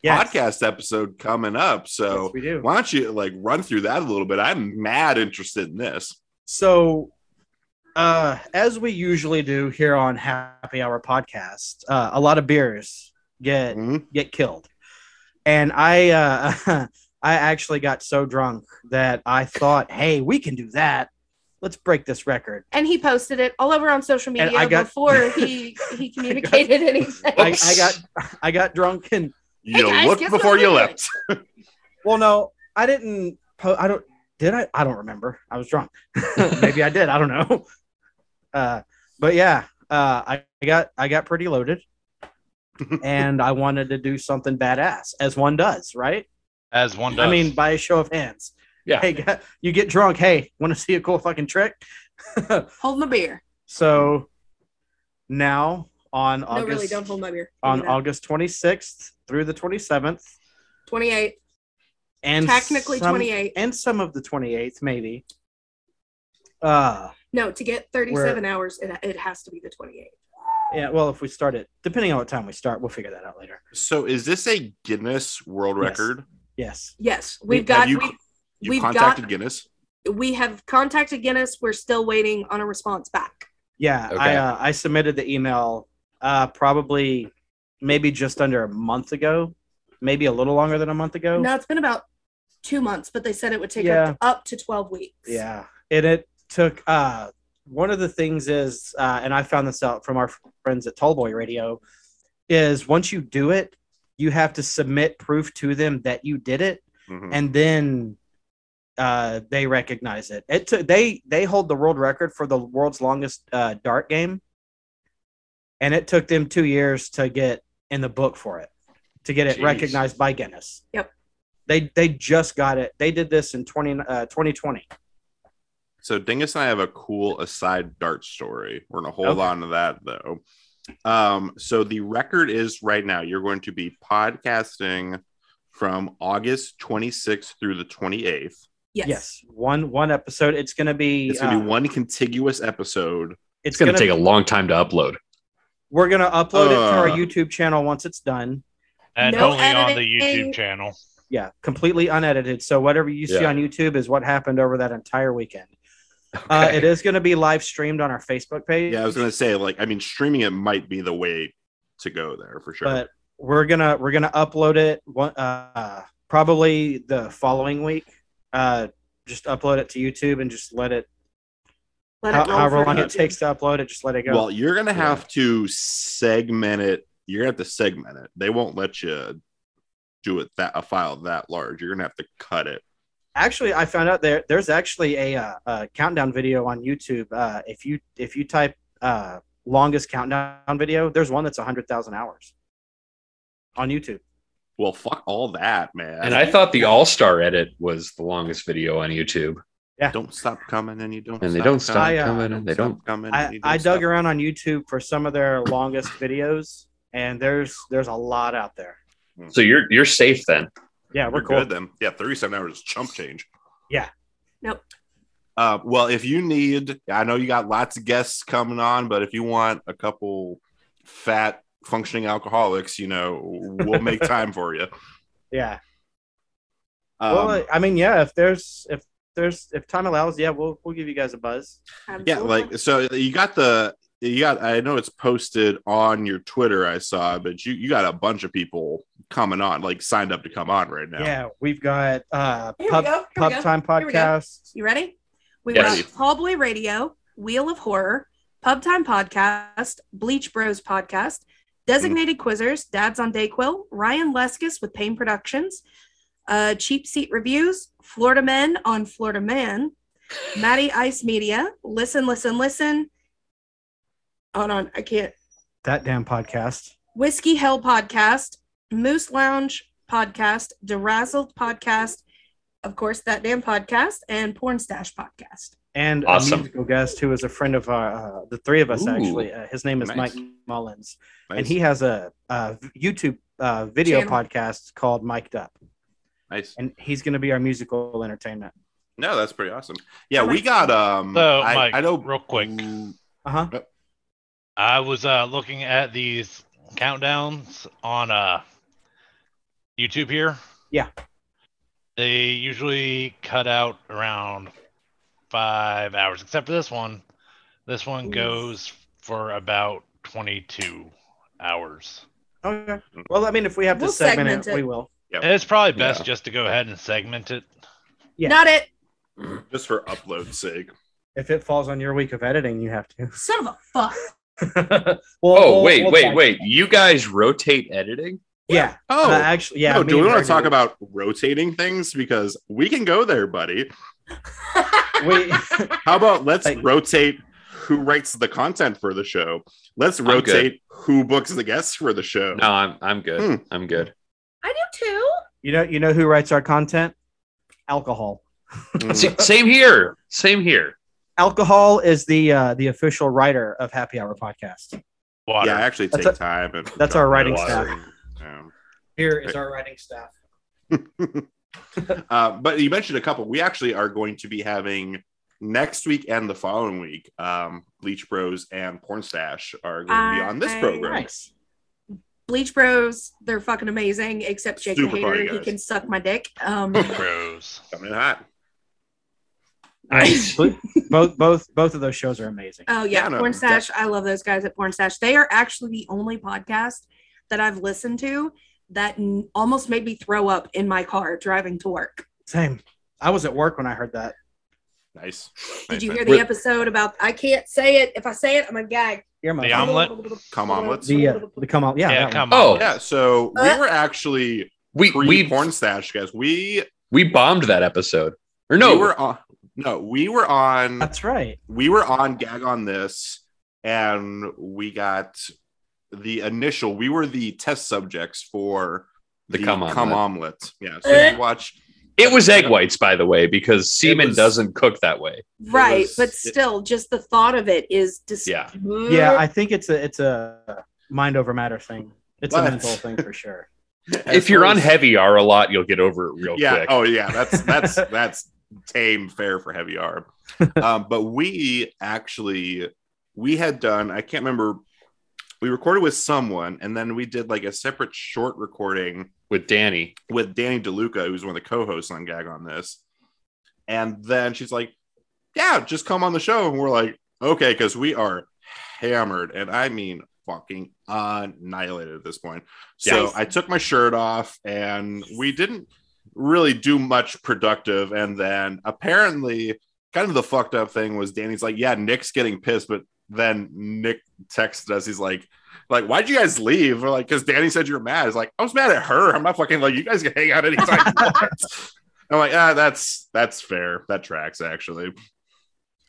Speaker 4: Yes.
Speaker 2: podcast episode coming up. So
Speaker 4: Yes, we do.
Speaker 2: why don't you like run through that a little bit? I'm mad interested in this.
Speaker 4: So uh, as we usually do here on Happy Hour Podcast, uh, a lot of beers get
Speaker 2: Mhm.
Speaker 4: get killed, and I uh, I actually got so drunk that I thought, hey, we can do that. Let's break this record.
Speaker 3: And he posted it all over on social
Speaker 4: And I
Speaker 3: media
Speaker 4: got-
Speaker 3: before he he communicated anything.
Speaker 4: I, I
Speaker 5: Oops.
Speaker 4: got I got drunk and
Speaker 2: You
Speaker 3: guys,
Speaker 2: looked
Speaker 3: guess
Speaker 2: before
Speaker 3: what
Speaker 2: you
Speaker 3: we're doing?
Speaker 2: left.
Speaker 4: well, no, I didn't. Po- I don't. Did I? I don't remember. I was drunk. Maybe I did. I don't know. Uh, but yeah, uh, I, I got I got pretty loaded, and I wanted to do something badass, as one does, right?
Speaker 6: as one does.
Speaker 4: I mean, by a show of hands.
Speaker 5: Yeah.
Speaker 4: Hey, gu- you get drunk. Hey, want to see a cool fucking trick?
Speaker 3: Hold my beer.
Speaker 4: So now on August
Speaker 3: no, really, don't hold my beer.
Speaker 4: on August 26th through the 27th,
Speaker 3: twenty eight,
Speaker 4: and
Speaker 3: technically
Speaker 4: some-
Speaker 3: twenty eight.
Speaker 4: and some of the 28th maybe. Uh
Speaker 3: No, to get thirty seven hours, it, it has to be the twenty eight.
Speaker 4: yeah. Well, if we start it, depending on what time we start, we'll figure that out later.
Speaker 2: So is this a Guinness World
Speaker 4: Yes.
Speaker 2: Record?
Speaker 4: Yes.
Speaker 3: Yes,
Speaker 2: Have
Speaker 3: we've got
Speaker 2: you-
Speaker 3: we,
Speaker 2: You
Speaker 3: We've
Speaker 2: contacted
Speaker 3: got-
Speaker 2: Guinness.
Speaker 3: we have contacted Guinness. We're still waiting on a response back.
Speaker 4: Yeah. I
Speaker 5: Okay.
Speaker 4: uh, I submitted the email uh probably maybe just under a month ago, maybe a little longer than a month ago.
Speaker 3: No, it's been about two months, but they said it would take
Speaker 4: Oh. Yeah.
Speaker 3: up, up to twelve weeks.
Speaker 4: Yeah. And it took uh one of the things is uh and I found this out from our friends at Tallboy Radio is once you do it, you have to submit proof to them that you did it
Speaker 2: Mhm.
Speaker 4: and then uh they recognize it. It took they they hold the world record for the world's longest uh dart game. And it took them 2 years to get in the book for it. To get it
Speaker 5: Jeez.
Speaker 4: recognized by Guinness.
Speaker 3: Yep.
Speaker 4: They they just got it. They did this in 20 uh 2020.
Speaker 2: So Dingus and I have a cool aside dart story. We're gonna hold
Speaker 4: Okay.
Speaker 2: on to that though. Um, so the record is right now. You're going to be podcasting from August 26th through the 28th.
Speaker 3: Yes.
Speaker 4: Yes. one one episode. It's gonna be.
Speaker 2: It's gonna
Speaker 4: uh,
Speaker 2: be one contiguous episode.
Speaker 5: It's going to take a long time to upload.
Speaker 4: We're gonna upload it to our
Speaker 2: Uh.
Speaker 4: YouTube channel once it's done.
Speaker 6: and
Speaker 3: No
Speaker 6: only on the
Speaker 3: editing.
Speaker 6: YouTube channel.
Speaker 4: Yeah, completely unedited. So whatever you see
Speaker 5: Yeah.
Speaker 4: on YouTube is what happened over that entire weekend. Uh,
Speaker 5: Okay.
Speaker 4: it is gonna be live streamed on our Facebook page.
Speaker 2: Yeah, I was gonna say, like, I mean, streaming it might be the way to go there for sure.
Speaker 4: But we're gonna we're gonna upload it one uh, probably the following week. Uh, just upload it to YouTube and just let it
Speaker 3: Let
Speaker 4: how,
Speaker 3: roll
Speaker 4: however
Speaker 3: for
Speaker 4: long
Speaker 3: you.
Speaker 4: it takes to upload it. Just let it go.
Speaker 2: well, you're gonna
Speaker 5: Yeah.
Speaker 2: have to segment it. You're gonna have to segment it. They won't let you do it that a file that large. You're gonna have to cut it.
Speaker 4: actually i found out there there's actually a, uh, a countdown video on youtube uh, if you if you type uh, longest countdown video there's one that's 100000 hours on youtube
Speaker 2: Well, fuck all that, man.
Speaker 5: And I thought the All Star edit was the longest video on YouTube.
Speaker 2: don't stop coming, and you don't.
Speaker 5: And they don't stop
Speaker 4: I, uh,
Speaker 5: coming, and they
Speaker 2: stop
Speaker 5: don't.
Speaker 2: coming. and
Speaker 4: i,
Speaker 2: you don't
Speaker 4: I dug
Speaker 2: stop-
Speaker 4: around on youtube for some of their longest videos and there's there's a lot out there
Speaker 5: So you're you're safe then.
Speaker 4: yeah we're
Speaker 2: We're
Speaker 4: cool
Speaker 2: good then. Yeah, thirty-seven hours is chump change.
Speaker 4: Yeah.
Speaker 3: Nope.
Speaker 2: Uh, well, if you need, I know you got lots of guests coming on, but if you want a couple fat functioning alcoholics, you know, we'll make time for you.
Speaker 4: yeah
Speaker 2: Um,
Speaker 4: well i mean yeah if there's if there's if time allows yeah we'll we'll give you guys a buzz
Speaker 2: yeah,
Speaker 3: Absolutely.
Speaker 2: like so you got the you got. I know it's posted on your Twitter. I saw, but you you got a bunch of people coming on, like signed up to come on right now.
Speaker 4: yeah, we've got uh
Speaker 3: Here we
Speaker 4: pub,
Speaker 3: go, here we
Speaker 4: pub
Speaker 3: go,
Speaker 4: time
Speaker 3: here we go.
Speaker 4: podcast
Speaker 3: You ready? We
Speaker 5: Yes.
Speaker 3: got Paul Boy Radio, Wheel of Horror, Pub Time Podcast, Bleach Bros Podcast, Designated Quizzers, Dads on Dayquil, Ryan Leskis with Pain Productions, uh, Cheap Seat Reviews, Florida Men on Florida Man, Maddie Ice Media, Listen, Listen, Listen. Hold on, I can't.
Speaker 4: that damn podcast
Speaker 3: Whiskey Hell Podcast, Moose Lounge Podcast, Derazzled Podcast, of course, That Damn Podcast, and Porn Stash Podcast.
Speaker 4: and a
Speaker 5: Awesome.
Speaker 4: musical guest who is a friend of our, uh, the three of us
Speaker 5: Ooh.
Speaker 4: actually. Uh, his name is
Speaker 2: Nice.
Speaker 4: Mike Mullins, and
Speaker 2: Nice.
Speaker 4: he has a, uh YouTube uh, video
Speaker 3: Channel.
Speaker 4: podcast called Mic'd Up,
Speaker 2: nice.
Speaker 4: and he's going to be our musical entertainment.
Speaker 2: No, that's pretty awesome. Yeah,
Speaker 3: Alright.
Speaker 2: we got um.
Speaker 6: So,
Speaker 2: I,
Speaker 6: Mike,
Speaker 2: I know Mm,
Speaker 6: real quick.
Speaker 4: Uh huh.
Speaker 6: I was uh, looking at these countdowns on uh, YouTube here.
Speaker 4: Yeah.
Speaker 6: They usually cut out around five hours, except for this one. This one goes for about 22 hours.
Speaker 4: Okay.
Speaker 2: Mm-hmm.
Speaker 4: Well, I mean, if we have to
Speaker 3: We'll
Speaker 4: segment,
Speaker 3: segment
Speaker 4: it,
Speaker 3: it.
Speaker 4: we will.
Speaker 2: Yep.
Speaker 6: It's probably best
Speaker 5: Yeah.
Speaker 6: just to go ahead and segment it.
Speaker 4: Yeah.
Speaker 3: Not it.
Speaker 2: Just for upload's sake.
Speaker 4: If it falls on your week of editing, you have to.
Speaker 3: Son of a fuck.
Speaker 4: well,
Speaker 5: Oh,
Speaker 4: we'll-
Speaker 5: wait,
Speaker 4: we'll
Speaker 5: wait,
Speaker 4: check.
Speaker 5: wait. You guys rotate editing?
Speaker 4: Yeah.
Speaker 2: Oh,
Speaker 4: Uh, actually, yeah.
Speaker 2: no,
Speaker 4: me
Speaker 2: do we
Speaker 4: and
Speaker 2: want
Speaker 4: Greg
Speaker 2: to talk
Speaker 4: do.
Speaker 2: about rotating things? Because we can go there, buddy.
Speaker 4: We,
Speaker 2: How about let's
Speaker 4: Like-
Speaker 2: rotate who writes the content for the show? Let's
Speaker 5: good.
Speaker 2: rotate who books the guests for the show.
Speaker 5: No, I'm I'm good.
Speaker 2: Hmm.
Speaker 5: I'm good.
Speaker 3: I do too.
Speaker 4: you know, you know who writes our content? Alcohol.
Speaker 2: Mm.
Speaker 5: S- same here. Same here.
Speaker 4: Alcohol is the uh, the official writer of Happy Hour Podcast.
Speaker 6: Water.
Speaker 2: Yeah, I actually take
Speaker 4: That's
Speaker 2: time. And
Speaker 4: That's our writing staff.
Speaker 2: Yeah.
Speaker 4: Here is our writing staff.
Speaker 2: Uh, but you mentioned a couple. We actually are going to be having next week and the following week. Um, Bleach Bros and Porn Stash are going to be on this
Speaker 3: I-
Speaker 2: program.
Speaker 4: Nice.
Speaker 3: Bleach Bros, they're fucking amazing, except Jake the
Speaker 2: Super party
Speaker 3: Hater. He
Speaker 2: guys.
Speaker 3: can suck my dick. Um,
Speaker 6: Bros.
Speaker 2: Coming in hot.
Speaker 5: Nice.
Speaker 4: both both both of those shows are amazing.
Speaker 3: oh, yeah.
Speaker 2: Yeah, no,
Speaker 3: Porn Stash. I love those guys at Porn Stash. They are actually the only podcast that I've listened to that n- almost made me throw up in my car driving to work.
Speaker 4: Same. I was at work when I heard that.
Speaker 2: Nice.
Speaker 3: Did
Speaker 2: Nice,
Speaker 3: you
Speaker 2: nice.
Speaker 3: hear the
Speaker 2: With
Speaker 3: episode about I can't say it? If I say it, I'm a gag.
Speaker 4: Earmuffs.
Speaker 6: The omelet?
Speaker 2: Come omelets?
Speaker 4: The, uh, the come on. Yeah.
Speaker 6: Yeah,
Speaker 4: that
Speaker 6: come
Speaker 5: Oh.
Speaker 6: on.
Speaker 2: Yeah, so
Speaker 3: Uh.
Speaker 2: we were actually
Speaker 5: we
Speaker 2: pre
Speaker 5: we
Speaker 2: Porn Stash guys. We
Speaker 5: we bombed that episode. Or no,
Speaker 2: we were on. No, we were
Speaker 4: one.
Speaker 2: on.
Speaker 4: That's right.
Speaker 2: We were on gag on this, and we got the initial. We were the test subjects for
Speaker 5: The cum omelet.
Speaker 2: omelet. Yeah, so
Speaker 3: Eh.
Speaker 2: if you watch.
Speaker 5: it was egg whites, by the way, because semen
Speaker 2: was-
Speaker 5: doesn't cook that way.
Speaker 3: Right,
Speaker 2: was-
Speaker 3: but still, just the thought of it is just
Speaker 5: Yeah.
Speaker 4: Yeah, I think it's a it's a mind over matter thing. It's a
Speaker 2: But-
Speaker 4: mental thing for sure.
Speaker 5: if you're on heavy R a lot, you'll get over it real
Speaker 2: yeah
Speaker 5: quick.
Speaker 2: oh yeah that's that's that's tame fair for heavy arm um, but we actually we had done i can't remember we recorded with someone and then we did like a separate short recording
Speaker 5: With Danny.
Speaker 2: with danny deluca who's one of the co-hosts on gag on this and then she's like yeah just come on the show and we're like okay because we are hammered and i mean fucking annihilated at this point so
Speaker 3: Yeah.
Speaker 2: i took my shirt off and we didn't really do much productive and then apparently kind of the fucked up thing was danny's like yeah nick's getting pissed but then nick texted us he's like like why'd you guys leave we're like because danny said you're mad it's like i was mad at her i'm not fucking like you guys can hang out anytime you want i'm like ah that's that's fair that tracks actually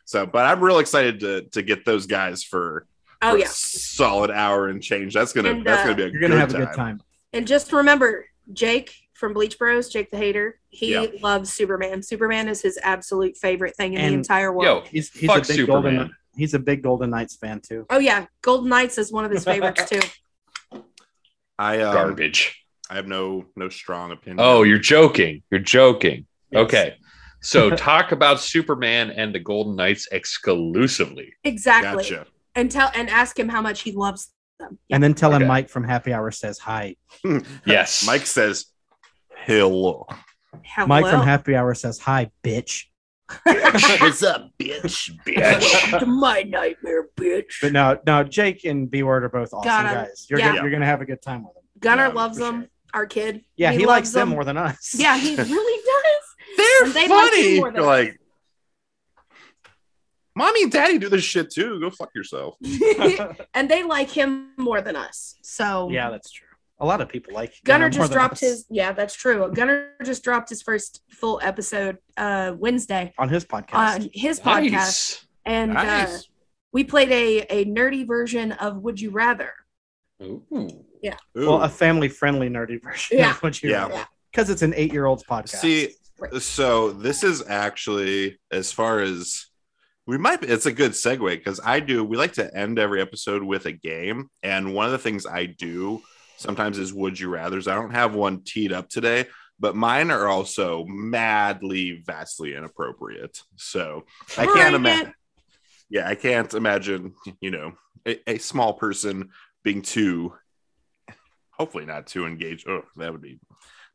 Speaker 2: so, but I'm real excited to to get those guys for,
Speaker 3: oh
Speaker 2: for a
Speaker 3: yeah.
Speaker 2: solid hour and change. That's gonna
Speaker 3: And,
Speaker 2: that's
Speaker 3: uh,
Speaker 2: gonna be a
Speaker 4: You're
Speaker 2: good,
Speaker 4: gonna have
Speaker 2: time.
Speaker 4: a good time.
Speaker 3: And just remember, Jake from Bleach Bros, Jake the Hater, he
Speaker 2: Yeah.
Speaker 3: loves Superman. Superman is his absolute favorite thing in
Speaker 4: And-
Speaker 3: the entire world.
Speaker 5: Yo,
Speaker 4: He's he's
Speaker 5: Fuck
Speaker 4: a big
Speaker 5: Superman.
Speaker 4: golden he's a big Golden Knights fan too.
Speaker 3: Oh yeah, Golden Knights is one of his favorites too.
Speaker 2: I um,
Speaker 5: garbage.
Speaker 2: I have no no strong opinion.
Speaker 5: Oh, you're joking. You're joking.
Speaker 4: Yes.
Speaker 5: Okay. So talk about Superman and the Golden Knights exclusively.
Speaker 3: Exactly.
Speaker 2: gotcha.
Speaker 3: And tell and ask him how much he loves them.
Speaker 4: And then tell
Speaker 5: Okay.
Speaker 4: him Mike from Happy Hour says hi.
Speaker 5: Yes.
Speaker 2: Mike says hello.
Speaker 3: Hello.
Speaker 4: Mike from Happy Hour says hi, bitch.
Speaker 2: What's up, bitch? Bitch.
Speaker 3: Welcome to my nightmare, bitch.
Speaker 4: But no, no, Jake and B Word are both awesome
Speaker 3: Got 'em.
Speaker 4: guys. You're
Speaker 3: Yeah.
Speaker 4: gonna, you're gonna have a good time with them.
Speaker 3: Gunnar
Speaker 2: No,
Speaker 3: loves
Speaker 4: for
Speaker 3: them.
Speaker 4: sure.
Speaker 3: Our kid.
Speaker 4: Yeah, he, likes
Speaker 3: loves
Speaker 4: them more than us.
Speaker 3: Yeah, he really does.
Speaker 2: They're
Speaker 3: And they like you
Speaker 2: funny.
Speaker 3: more than
Speaker 2: you're like, mommy and daddy do this shit too. Go fuck yourself.
Speaker 3: and they like him more than us. So
Speaker 4: yeah, that's true. A lot of people like
Speaker 3: Gunner
Speaker 4: Gunnar more
Speaker 3: just
Speaker 4: than
Speaker 3: dropped
Speaker 4: us.
Speaker 3: his yeah, that's true. Gunner just dropped his first full episode uh Wednesday
Speaker 4: on his podcast.
Speaker 3: on his podcast.
Speaker 5: Nice.
Speaker 3: And uh,
Speaker 2: Nice.
Speaker 3: we played a, a nerdy version of Would You Rather.
Speaker 5: Ooh.
Speaker 2: Ooh.
Speaker 4: Well, a family friendly nerdy version.
Speaker 3: Yeah.
Speaker 4: Of what you
Speaker 2: Yeah.
Speaker 4: Because it's an eight year old's podcast.
Speaker 2: See, so this is actually as far as we might be, it's a good segue because i do we like to end every episode with a game and one of the things i do sometimes is would you rathers i don't have one teed up today but mine are also madly vastly inappropriate so i
Speaker 3: Alright,
Speaker 2: can't imagine yeah i can't imagine you know a, a small person being too hopefully not too engaged oh that would be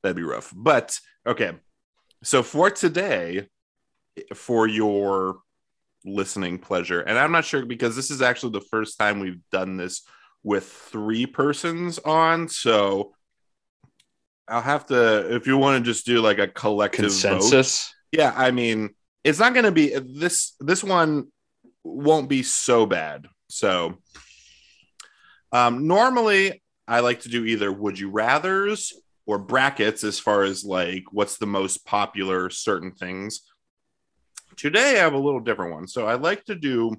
Speaker 2: that'd be rough but okay so for today for your listening pleasure. And I'm not sure because this is actually the first time we've done this with three persons on. So I'll have to, if you want to just do like a collective vote.
Speaker 5: consensus.
Speaker 2: Yeah, I mean, it's not going to be this. This one won't be so bad. So, um, normally I like to do either would you rather's or brackets as far as like what's the most popular certain things. Today I have a little different one. So I like to do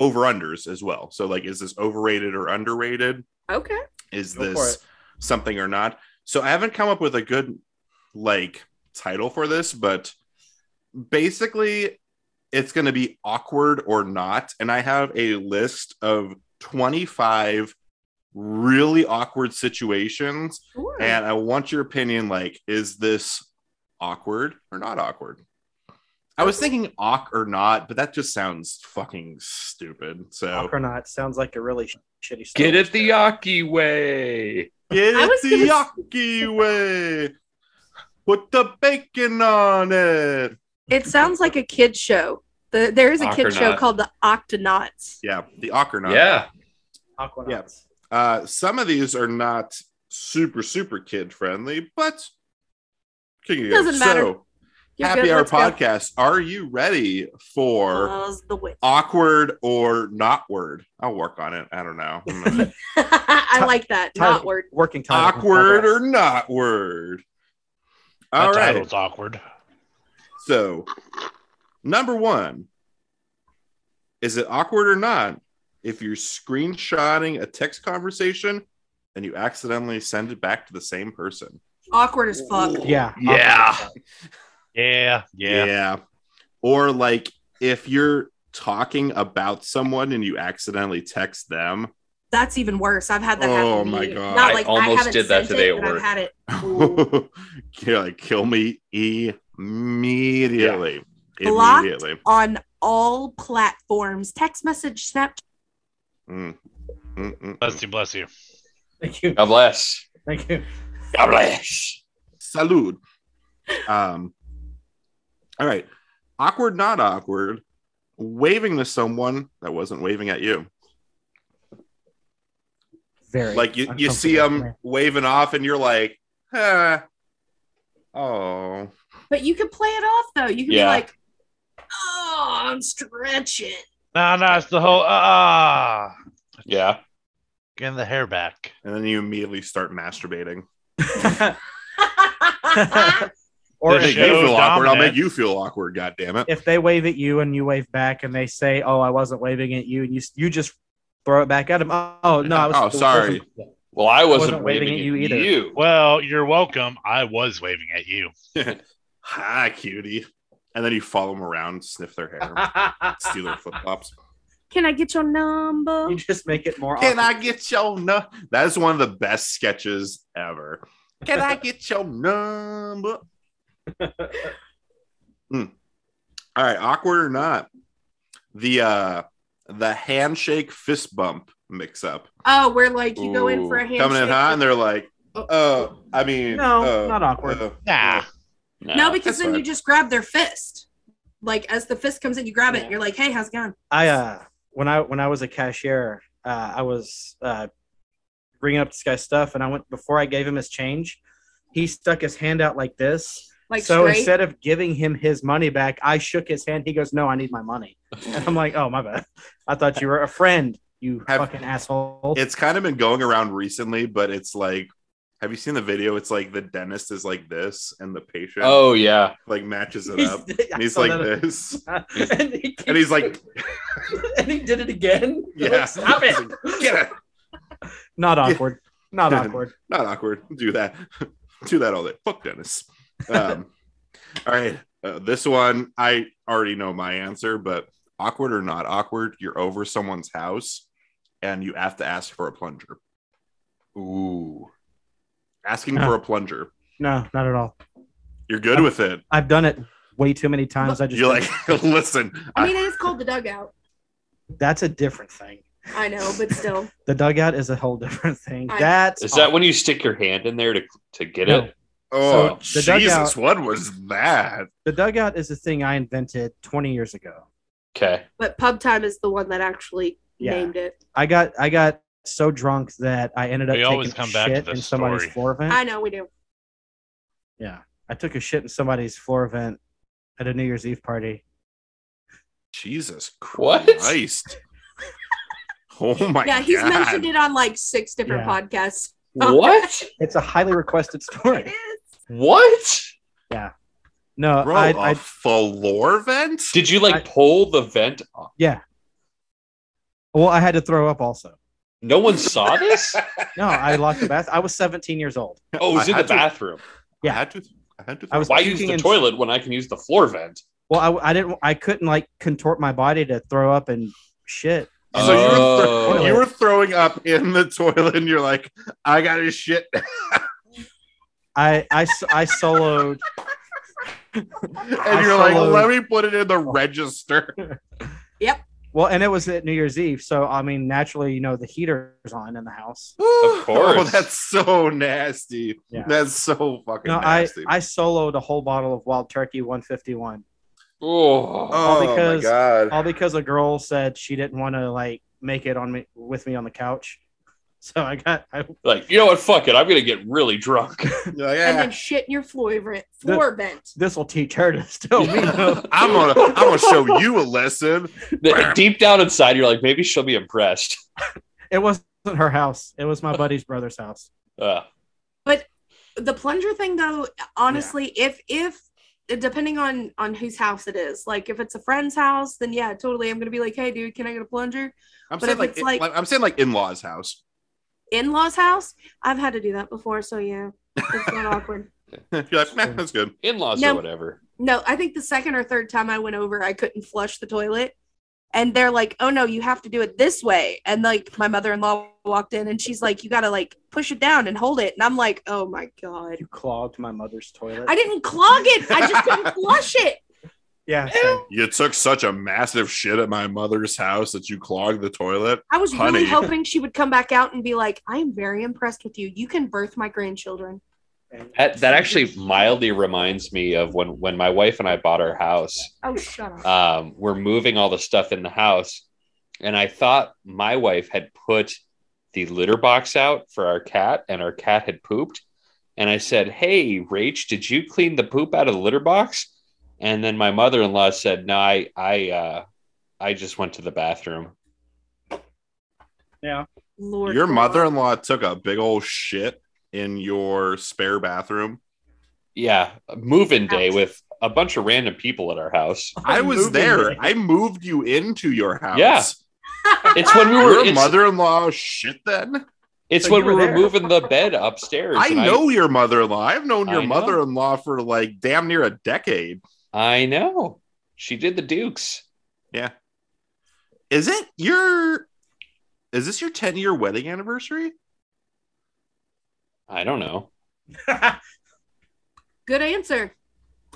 Speaker 2: over unders as well. So like, is this overrated or underrated?
Speaker 3: Okay.
Speaker 2: is
Speaker 4: Go for
Speaker 2: this
Speaker 4: it.
Speaker 2: something or not so i haven't come up with a good like title for this but basically it's going to be awkward or not and i have a list of 25 really awkward situations
Speaker 3: Sure.
Speaker 4: Hmm.
Speaker 2: and i want your opinion like is this awkward or not awkward i was thinking awk or not but that just sounds fucking stupid so
Speaker 4: Aquanaut sounds like a really sh- shitty. Star
Speaker 5: Get
Speaker 2: Oh,
Speaker 4: Wars
Speaker 5: it the
Speaker 2: uh,
Speaker 4: character.
Speaker 5: Yaki way.
Speaker 2: Get
Speaker 3: I was
Speaker 2: it the yucky way. Put the bacon on it.
Speaker 3: it sounds like a kid show. The, there is a kid show
Speaker 5: Octonaut.
Speaker 3: called the Octonauts.
Speaker 2: Yeah, the Ockernaut.
Speaker 5: Yeah.
Speaker 4: Aquanauts.
Speaker 2: Yeah. Uh, some of these are not super, super kid friendly, but can you
Speaker 3: Doesn't matter.
Speaker 2: So,
Speaker 3: You're
Speaker 2: happy
Speaker 3: good,
Speaker 2: hour
Speaker 3: let's go.
Speaker 2: podcast. Are you ready for
Speaker 3: Oz the witch.
Speaker 2: awkward or not word? I'll work on it. I don't know. I'm gonna-
Speaker 3: I
Speaker 4: Ti-
Speaker 3: like that.
Speaker 4: Tyler,
Speaker 3: Not word.
Speaker 4: Working title.
Speaker 2: awkward or not word.
Speaker 6: That
Speaker 2: All right.
Speaker 6: title's awkward.
Speaker 2: So, number one, is it awkward or not if you're screenshotting a text conversation and you accidentally send it back to the same person?
Speaker 3: Awkward as fuck.
Speaker 4: Yeah.
Speaker 5: Yeah.
Speaker 4: Aquanaut.
Speaker 6: Yeah, yeah.
Speaker 2: Or like if you're talking about someone and you accidentally text them.
Speaker 3: That's even worse. I've had that happen.
Speaker 2: Oh
Speaker 3: to
Speaker 2: my
Speaker 3: me.
Speaker 2: God.
Speaker 5: I
Speaker 3: Not like I
Speaker 5: almost
Speaker 3: haven't
Speaker 5: did that
Speaker 3: sent
Speaker 5: today
Speaker 3: it,
Speaker 5: at
Speaker 3: but I've
Speaker 5: work.
Speaker 3: had it.
Speaker 2: you're like, kill me immediately.
Speaker 3: Blocked.
Speaker 2: Immediately.
Speaker 3: on all platforms. Text message, Snapchat.
Speaker 2: Mm. Mm, mm, mm.
Speaker 6: Bless you, bless you.
Speaker 4: Thank you.
Speaker 5: God bless.
Speaker 4: Thank you.
Speaker 5: God bless.
Speaker 2: Salud. Um, all right. Awkward, not awkward. Waving to someone that wasn't waving at you.
Speaker 4: Very.
Speaker 2: Like you, you see them waving off and you're like, huh. Oh.
Speaker 3: But you can play it off though. You can
Speaker 5: Yeah.
Speaker 3: be like, "Oh, I'm stretching."
Speaker 6: No, no, it's the whole ah
Speaker 5: Yeah.
Speaker 6: getting the hair back.
Speaker 2: And then you immediately start masturbating.
Speaker 4: or
Speaker 6: It
Speaker 2: Make
Speaker 4: if
Speaker 2: you
Speaker 4: they,
Speaker 6: shows
Speaker 2: feel awkward. I'll
Speaker 6: dominance.
Speaker 2: make you feel awkward, god damn it.
Speaker 4: if they wave at you and you wave back and they say, "Oh, I wasn't waving at you," and you you just throw it back at them. Oh no, I was.
Speaker 2: Oh, sorry.
Speaker 5: Well, I wasn't,
Speaker 4: wasn't
Speaker 5: waving, at you either.
Speaker 6: Well, you're welcome. I was waving at you.
Speaker 2: Hi, cutie. And then you follow them around, sniff their hair, steal their flip flops.
Speaker 3: can I get your number?
Speaker 4: you just make it more.
Speaker 2: Can
Speaker 4: awkward.
Speaker 2: I get your number? That is one of the best sketches ever. Can I get your number? Hmm. All right, awkward or not? The uh the handshake fist bump mix up.
Speaker 3: Oh, where like you go in
Speaker 5: Ooh,
Speaker 3: for a handshake.
Speaker 2: Coming in hot and they're like, uh, I mean
Speaker 4: No,
Speaker 2: uh,
Speaker 4: not awkward.
Speaker 2: uh,
Speaker 6: Nah.
Speaker 3: no,
Speaker 2: That's
Speaker 3: because then you
Speaker 2: fine.
Speaker 3: just grab their fist. Like as the fist comes in, you grab it. And you're like, "Hey, how's it going?"
Speaker 4: I uh when I when I was a cashier, uh, I was uh bringing up this guy's stuff, and I went before I gave him his change. He stuck his hand out like this.
Speaker 3: Like
Speaker 4: so
Speaker 3: straight.
Speaker 4: instead of giving him his money back, I shook his hand. He goes, "No, I need my money." And I'm like, "Oh my bad. I thought you were a friend. You
Speaker 2: Have-
Speaker 4: fucking asshole."
Speaker 2: it's kind of been going around recently, but it's like have you seen the video? It's like the dentist is like this and the patient
Speaker 5: Oh yeah.
Speaker 2: like matches it
Speaker 4: He's-
Speaker 2: up.
Speaker 4: I
Speaker 2: And he's
Speaker 4: saw
Speaker 2: like
Speaker 4: that.
Speaker 2: this.
Speaker 4: and, he
Speaker 2: And he's like,
Speaker 4: and he did it again. I'm like,
Speaker 2: yeah.
Speaker 4: stop it.
Speaker 2: Get it.
Speaker 4: Not awkward. Not awkward.
Speaker 2: Not awkward. Do that. Do that all day. Fuck Dennis. Um, all right. Uh, this one, I already know my answer, but awkward or not awkward, you're over someone's house and you have to ask for a plunger.
Speaker 5: Ooh.
Speaker 2: Asking
Speaker 4: Huh.
Speaker 2: for a plunger.
Speaker 4: No, not at all.
Speaker 2: You're good with it.
Speaker 4: I've done it way too many times. I just
Speaker 2: You're like, listen,
Speaker 3: I mean, it is called the dugout.
Speaker 4: that's a different thing.
Speaker 3: I know, but still,
Speaker 4: The dugout is a whole different thing.
Speaker 3: I-
Speaker 4: That's
Speaker 5: Is that when you stick your hand in there to to get
Speaker 4: No.
Speaker 5: it?
Speaker 2: oh,
Speaker 4: so the
Speaker 2: Jesus,
Speaker 4: dugout-
Speaker 2: what was that?
Speaker 4: the dugout is a thing I invented 20 years ago.
Speaker 5: Okay.
Speaker 3: But Pub Time is the one that actually
Speaker 4: Yeah.
Speaker 3: named it.
Speaker 4: I got I got so drunk that I ended up
Speaker 6: We always
Speaker 4: taking
Speaker 6: come
Speaker 4: a
Speaker 6: back to
Speaker 4: shit
Speaker 6: this
Speaker 4: in somebody's
Speaker 6: story.
Speaker 4: floor vent.
Speaker 3: I know we
Speaker 2: Oh
Speaker 3: do.
Speaker 4: yeah, I took a shit in somebody's floor vent at a New Year's Eve party.
Speaker 2: Jesus
Speaker 5: What?
Speaker 2: Christ. oh my
Speaker 3: yeah, he's
Speaker 2: God.
Speaker 3: mentioned it on like six different
Speaker 4: Yeah.
Speaker 3: podcasts.
Speaker 5: What?
Speaker 4: It's a highly requested
Speaker 3: It
Speaker 4: story.
Speaker 3: is.
Speaker 5: What?
Speaker 4: No,
Speaker 2: Bro,
Speaker 4: I,
Speaker 2: a
Speaker 4: I
Speaker 2: floor vent?
Speaker 5: Did you like
Speaker 4: I-
Speaker 5: pull the vent? off?
Speaker 4: yeah. Well, I had to throw up also.
Speaker 5: No one saw this.
Speaker 4: No, I locked the bath. I was 17 years old.
Speaker 5: Oh, it
Speaker 2: I
Speaker 5: was in the
Speaker 2: had to-
Speaker 5: bathroom.
Speaker 4: Yeah.
Speaker 2: I had to. I had to.
Speaker 4: I was-
Speaker 5: Why use
Speaker 4: puking
Speaker 5: the
Speaker 4: in-
Speaker 5: toilet when I can use the floor vent?
Speaker 4: Well, I, I didn't. I couldn't like contort my body to throw up and shit.
Speaker 2: So you were
Speaker 5: Oh.
Speaker 2: you were throwing up in the toilet, and you're like, "I got to shit."
Speaker 4: I I, s- I soloed.
Speaker 2: and you're like,
Speaker 4: soloed-
Speaker 2: "Let me put it in the
Speaker 4: Oh.
Speaker 2: register."
Speaker 4: Well, and it was at New Year's Eve, so I mean, naturally, you know, the heater's on in the house.
Speaker 2: of
Speaker 5: course.
Speaker 2: Oh, that's so nasty.
Speaker 4: Yeah.
Speaker 2: That's so fucking
Speaker 4: No, I
Speaker 2: nasty.
Speaker 4: I soloed a whole bottle of Wild Turkey 151,
Speaker 5: Oh.
Speaker 2: oh
Speaker 4: because-
Speaker 2: my god.
Speaker 4: all because a girl said she didn't want to like make it on me with me on the couch. So I got I,
Speaker 5: Like you know what? Fuck it. I'm gonna get really drunk.
Speaker 2: You're like,
Speaker 3: And
Speaker 2: "Ah,
Speaker 3: then shit in your floor vent. Floor vent.
Speaker 4: this will teach her to
Speaker 2: Oh,
Speaker 4: still me. though.
Speaker 2: I'm gonna I'm gonna show you a lesson.
Speaker 5: The- Deep down inside, you're like, maybe she'll be impressed.
Speaker 4: It wasn't her house. It was my buddy's brother's house.
Speaker 5: Uh,
Speaker 3: The plunger thing though, honestly, if if depending on on whose house it is, like if it's a friend's house, then yeah, totally. I'm gonna be like, hey dude, can I get a plunger?
Speaker 2: I'm
Speaker 3: But
Speaker 2: saying
Speaker 3: if
Speaker 2: like,
Speaker 3: it's like-
Speaker 2: I'm saying like in-laws house.
Speaker 3: In-laws house? I've had to do that before, so yeah. It's not awkward.
Speaker 2: You're like, nah, that's good.
Speaker 5: in-laws
Speaker 3: No.
Speaker 5: or whatever.
Speaker 3: No, I think the second or third time I went over, I couldn't flush the toilet. And they're like, oh no, you have to do it this way. And like my mother in law walked in and she's like, you got to like push it down and hold it. And I'm like, oh my God.
Speaker 4: You clogged my mother's toilet.
Speaker 3: I didn't clog it. I just couldn't flush it.
Speaker 4: Yeah. same.
Speaker 2: You took such a massive shit at my mother's house that you clogged the toilet.
Speaker 3: I was
Speaker 2: Honey.
Speaker 3: really hoping she would come back out and be like, I am very impressed with you. You can birth my grandchildren.
Speaker 5: That, that actually mildly reminds me of when when my wife and I bought our house.
Speaker 3: Oh, shut
Speaker 2: Uh,
Speaker 3: up.
Speaker 5: um, we're moving all the stuff in the house. And I thought my wife had put the litter box out for our cat, and our cat had pooped. And I said, Hey, Rach, did you clean the poop out of the litter box? And then my mother in law said, No, I, I, uh, I just went to the bathroom.
Speaker 3: Lord.
Speaker 2: Your
Speaker 3: God.
Speaker 2: mother-in-law took a big old shit in your spare bathroom.
Speaker 5: Yeah, move in day
Speaker 3: Ouch.
Speaker 5: with a bunch of random people at our house.
Speaker 2: I was
Speaker 4: moving
Speaker 2: there.
Speaker 4: day.
Speaker 2: I moved you into your house.
Speaker 5: Yeah. It's when we were
Speaker 2: Your
Speaker 5: it's,
Speaker 2: mother-in-law shit then?
Speaker 5: it's
Speaker 4: So
Speaker 5: when
Speaker 4: you
Speaker 5: we
Speaker 4: were
Speaker 5: were
Speaker 4: there.
Speaker 5: moving the bed upstairs.
Speaker 2: I
Speaker 5: and
Speaker 2: know your mother-in-law. I've known your
Speaker 5: I know.
Speaker 2: mother-in-law for like damn near a decade.
Speaker 5: I know. She did the Dukes.
Speaker 2: Is it your is this your 10 year wedding anniversary?
Speaker 5: I don't know.
Speaker 3: Good answer.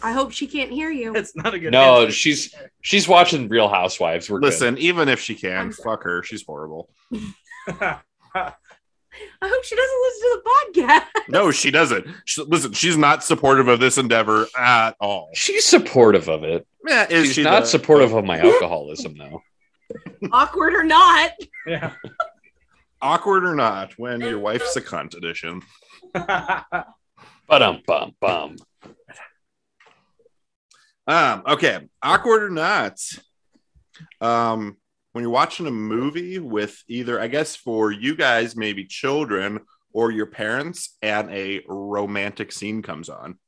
Speaker 3: I hope she can't hear you.
Speaker 4: it's not a good.
Speaker 5: No,
Speaker 4: answer.
Speaker 5: she's she's watching Real Housewives. We're good.
Speaker 2: Listen, even if she can,
Speaker 3: I'm sorry.
Speaker 2: fuck her. She's horrible.
Speaker 3: I hope she doesn't listen to the podcast.
Speaker 2: No, she doesn't. She, listen, she's not supportive of this endeavor at all.
Speaker 5: She's supportive of it.
Speaker 2: Yeah, is
Speaker 5: She's
Speaker 2: she
Speaker 5: not
Speaker 2: though?
Speaker 5: supportive of my alcoholism, though.
Speaker 3: Awkward or not.
Speaker 4: Yeah.
Speaker 2: Awkward or not, when your wife's a cunt edition.
Speaker 5: But um, bum, bum.
Speaker 2: Um, okay, awkward or not. Um, when you're watching a movie with either, I guess for you guys, maybe children or your parents, and a romantic scene comes on.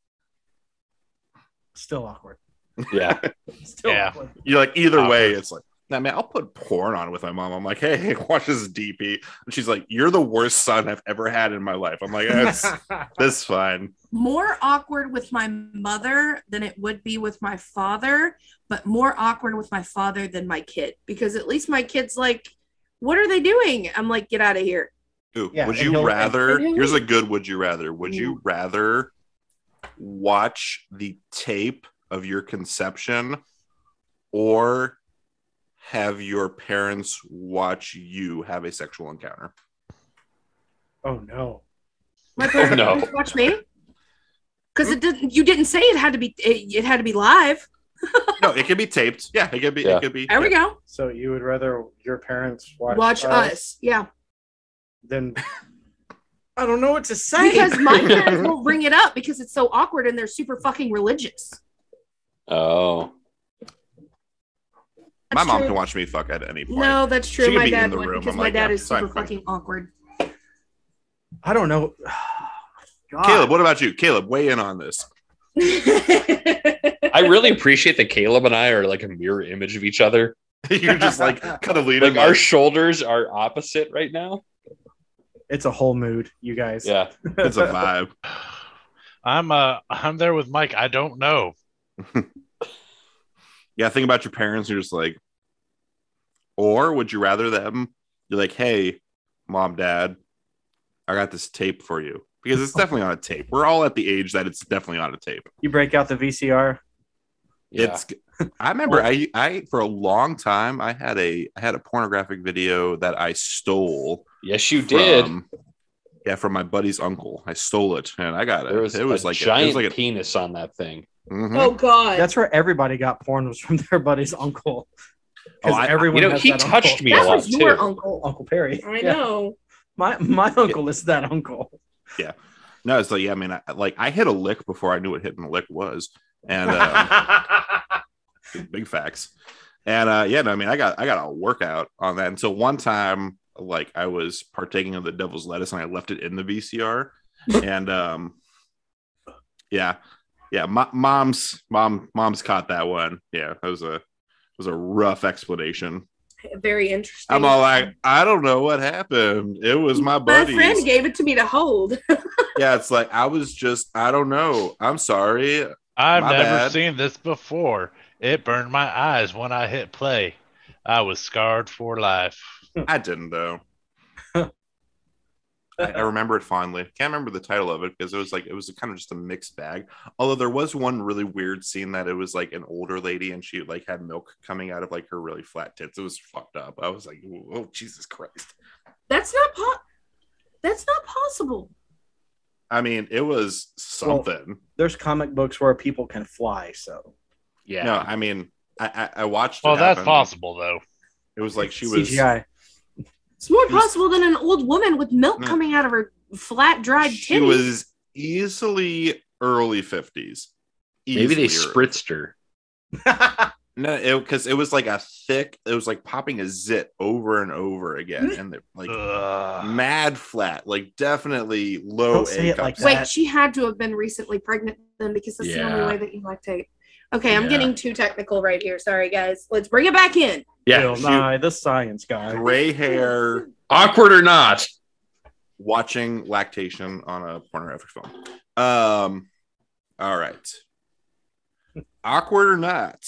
Speaker 4: Still awkward.
Speaker 5: Yeah,
Speaker 4: Still
Speaker 6: Yeah.
Speaker 4: awkward.
Speaker 2: You're like, either
Speaker 5: Awkward.
Speaker 2: way, it's like, nah, man, I'll put porn on with my mom. I'm like, hey, hey, watch this DP. And she's like, you're the worst son I've ever had in my life. I'm like, that's that's fine.
Speaker 3: more awkward with my mother than it would be with my father, but more awkward with my father than my kid because at least my kid's like, "What are they doing?" I'm like, "Get out of here."
Speaker 2: Ooh,
Speaker 4: Yeah,
Speaker 2: would
Speaker 4: and
Speaker 2: you
Speaker 4: he'll-
Speaker 2: rather?
Speaker 3: and he'll
Speaker 2: Here's a
Speaker 3: leave.
Speaker 2: good would you rather. Would
Speaker 4: Mm.
Speaker 2: you rather watch the tape of your conception or have your parents watch you have a sexual encounter?
Speaker 4: oh no.
Speaker 3: My parents
Speaker 5: no.
Speaker 3: watch me because it didn't. You didn't say it had to be. It, it had to be live.
Speaker 2: No, it can be taped. Yeah, it could be.
Speaker 5: Yeah.
Speaker 2: It could be.
Speaker 3: There we go.
Speaker 4: So you would rather your parents watch,
Speaker 3: Watch us. Yeah.
Speaker 4: than I don't know what to say.
Speaker 3: Because my parents won't bring it up because it's so awkward and they're super fucking religious.
Speaker 5: Oh,
Speaker 2: My
Speaker 3: That's
Speaker 2: mom
Speaker 3: true.
Speaker 2: can watch me fuck at any point.
Speaker 3: No, that's true.
Speaker 2: She could
Speaker 3: My
Speaker 2: be in
Speaker 3: dad
Speaker 2: the
Speaker 3: would
Speaker 2: room.
Speaker 3: because
Speaker 2: I'm
Speaker 3: my
Speaker 2: like,
Speaker 3: dad
Speaker 2: yeah,
Speaker 3: is super
Speaker 2: fine, fine.
Speaker 3: fucking awkward.
Speaker 4: I don't know. God.
Speaker 2: Caleb, what about you? Caleb, weigh in on this.
Speaker 5: I really appreciate that Caleb and I are like a mirror image of each other.
Speaker 2: You're just like kind of leading.
Speaker 5: Like our shoulders are opposite right now.
Speaker 4: It's a whole mood, you guys.
Speaker 5: Yeah.
Speaker 2: it's a vibe.
Speaker 6: I'm uh I'm there with Mike. I don't know.
Speaker 2: Yeah, think about your parents. You're just like, or would you rather them? You're like, hey, mom, dad, I got this tape for you because it's definitely on a tape. We're all at the age that it's definitely on a tape.
Speaker 4: You break out the VCR.
Speaker 5: Yeah.
Speaker 2: It's. I remember I I for a long time I had a I had a pornographic video that I stole.
Speaker 5: yes, you did.
Speaker 2: from- Yeah, from my buddy's uncle. I stole it and I got it.
Speaker 5: There was,
Speaker 2: it was
Speaker 5: a
Speaker 2: like
Speaker 5: giant
Speaker 2: it was like a,
Speaker 5: penis on that thing.
Speaker 2: mhm.
Speaker 3: oh God,
Speaker 4: That's where everybody got porn was from their buddy's uncle. Because
Speaker 2: Oh, I-
Speaker 4: everyone,
Speaker 5: You know,
Speaker 4: has
Speaker 5: he
Speaker 4: that
Speaker 5: touched
Speaker 4: uncle.
Speaker 5: me
Speaker 3: that
Speaker 5: a lot
Speaker 3: was your
Speaker 5: too.
Speaker 3: uncle.
Speaker 4: Uncle Perry.
Speaker 3: I
Speaker 4: Yeah.
Speaker 3: know.
Speaker 4: My my uncle is that uncle.
Speaker 2: No, it's like yeah. I mean, I, like I hit a lick before I knew what hitting a lick was, and um, big facts. And uh, yeah, no, I mean, I got I got a workout on that. And so one time, like I was partaking of the devil's lettuce, and I left it in the VCR. and um, yeah, yeah, mo- mom's mom mom's caught that one. Yeah, that was a it was a rough explanation.
Speaker 3: Very interesting.
Speaker 2: I'm all like, I don't know what happened. It was my
Speaker 3: my
Speaker 2: buddies.
Speaker 3: friend gave it to me to hold.
Speaker 2: yeah, it's like I was just I don't know. I'm sorry.
Speaker 6: I've
Speaker 2: My
Speaker 6: never
Speaker 2: bad.
Speaker 6: seen this before. It burned my eyes when I hit play. I was scarred for life.
Speaker 2: I didn't though. I, I remember it fondly. Can't remember the title of it because it was like it was kind of just a mixed bag. Although there was one really weird scene that it was like an older lady and she like had milk coming out of like her really flat tits. It was fucked up. I was like, oh Jesus Christ.
Speaker 3: That's not po- That's not possible.
Speaker 2: I mean, it was something.
Speaker 4: There's comic books where people can fly, so
Speaker 5: Yeah.
Speaker 2: No, I mean, I I, I watched.
Speaker 6: Well,
Speaker 2: it
Speaker 6: that's
Speaker 2: happen.
Speaker 6: possible though.
Speaker 2: It was like she was.
Speaker 4: CGI.
Speaker 3: It's more
Speaker 2: It was-
Speaker 3: possible than an old woman with milk
Speaker 2: Mm.
Speaker 3: coming out of her flat, dried
Speaker 2: She
Speaker 3: titty.
Speaker 2: was easily early fifties.
Speaker 5: Maybe they spritzed her.
Speaker 2: No, because it, was like a thick. It was like popping a zit over and over again,
Speaker 4: Mm-hmm.
Speaker 2: and they're like
Speaker 6: Ugh.
Speaker 2: mad flat, like definitely low.
Speaker 4: Don't say
Speaker 2: A
Speaker 4: it like
Speaker 2: cups.
Speaker 4: that.
Speaker 3: Wait, she had to have been recently pregnant then because that's the
Speaker 5: Yeah.
Speaker 3: only way that you lactate. Okay, I'm
Speaker 5: Yeah.
Speaker 3: getting too technical right here. Sorry, guys. Let's bring it back in.
Speaker 5: Yeah.
Speaker 4: Bill Nye, the science guy.
Speaker 2: Gray hair,
Speaker 5: Awkward or not.
Speaker 2: watching lactation on a pornographic film. Um, all right. Awkward or not,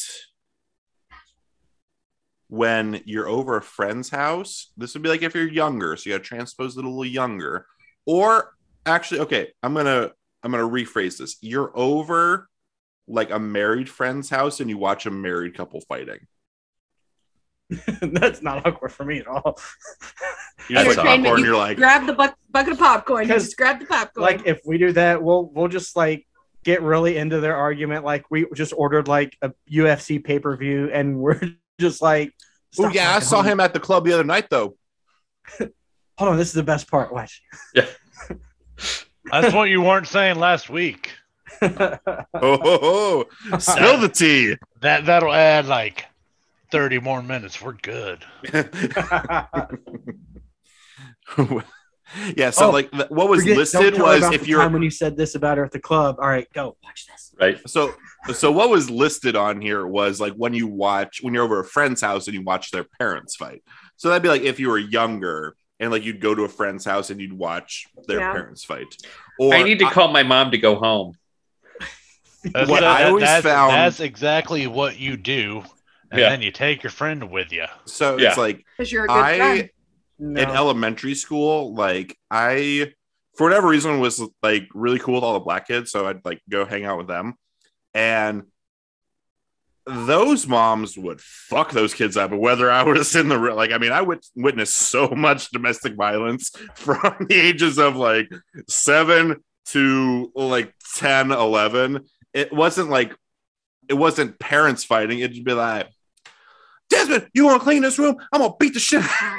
Speaker 2: when you're over a friend's house, this would be like if you're younger, so you got to transpose it a little younger. Or actually, okay, I'm gonna I'm gonna rephrase this. You're over like a married friend's house and you watch a married couple fighting.
Speaker 4: That's not awkward for me at all.
Speaker 2: You're just
Speaker 5: That's
Speaker 2: like
Speaker 5: awkward.
Speaker 2: popcorn. You're like,
Speaker 3: Grab the bu- bucket of popcorn. You
Speaker 4: 'Cause,
Speaker 3: just grab the popcorn.
Speaker 4: Like if we do that, we'll we'll just like get really into their argument. Like we just ordered like a UFC pay per view, and we're just like,
Speaker 2: oh
Speaker 4: "Stop
Speaker 2: yeah, I
Speaker 4: talking.
Speaker 2: saw him at the club the other night though.
Speaker 4: Hold on, this is the best part. Watch.
Speaker 6: That's what you weren't saying last week.
Speaker 2: Oh, ho, ho. spill the tea.
Speaker 6: That that'll add like thirty more minutes. We're good.
Speaker 2: yeah. So
Speaker 4: Oh,
Speaker 2: like, th- what was
Speaker 4: Forget- don't
Speaker 2: listed
Speaker 4: tell her
Speaker 2: was
Speaker 4: about
Speaker 2: if
Speaker 4: the
Speaker 2: you're
Speaker 4: time when you said this about her at the club. All right, go watch this.
Speaker 5: Right.
Speaker 2: so so what was listed on here was like when you watch when you're over a friend's house and you watch their parents fight. So that'd be like if you were younger and like you'd go to a friend's house and you'd watch their
Speaker 3: Yeah.
Speaker 2: parents fight. Or uh,
Speaker 5: I need to call my mom to go home.
Speaker 6: That's,
Speaker 2: What I always
Speaker 6: that's,
Speaker 2: found-
Speaker 6: that's exactly what you do, and
Speaker 5: Yeah.
Speaker 6: then you take your friend with you.
Speaker 2: so
Speaker 5: Yeah.
Speaker 2: it's like
Speaker 3: 'Cause you're a good
Speaker 2: I
Speaker 3: friend.
Speaker 4: No.
Speaker 2: in elementary school, like I, for whatever reason, was like really cool with all the black kids. So I'd like go hang out with them. And those moms would fuck those kids up. Whether I was in the, re- like, I mean, I would witness so much domestic violence from the ages of like seven to like 10, 11. It wasn't like it wasn't parents fighting. It'd be like, Desmond, you want to clean this room? I'm gonna beat the shit. out of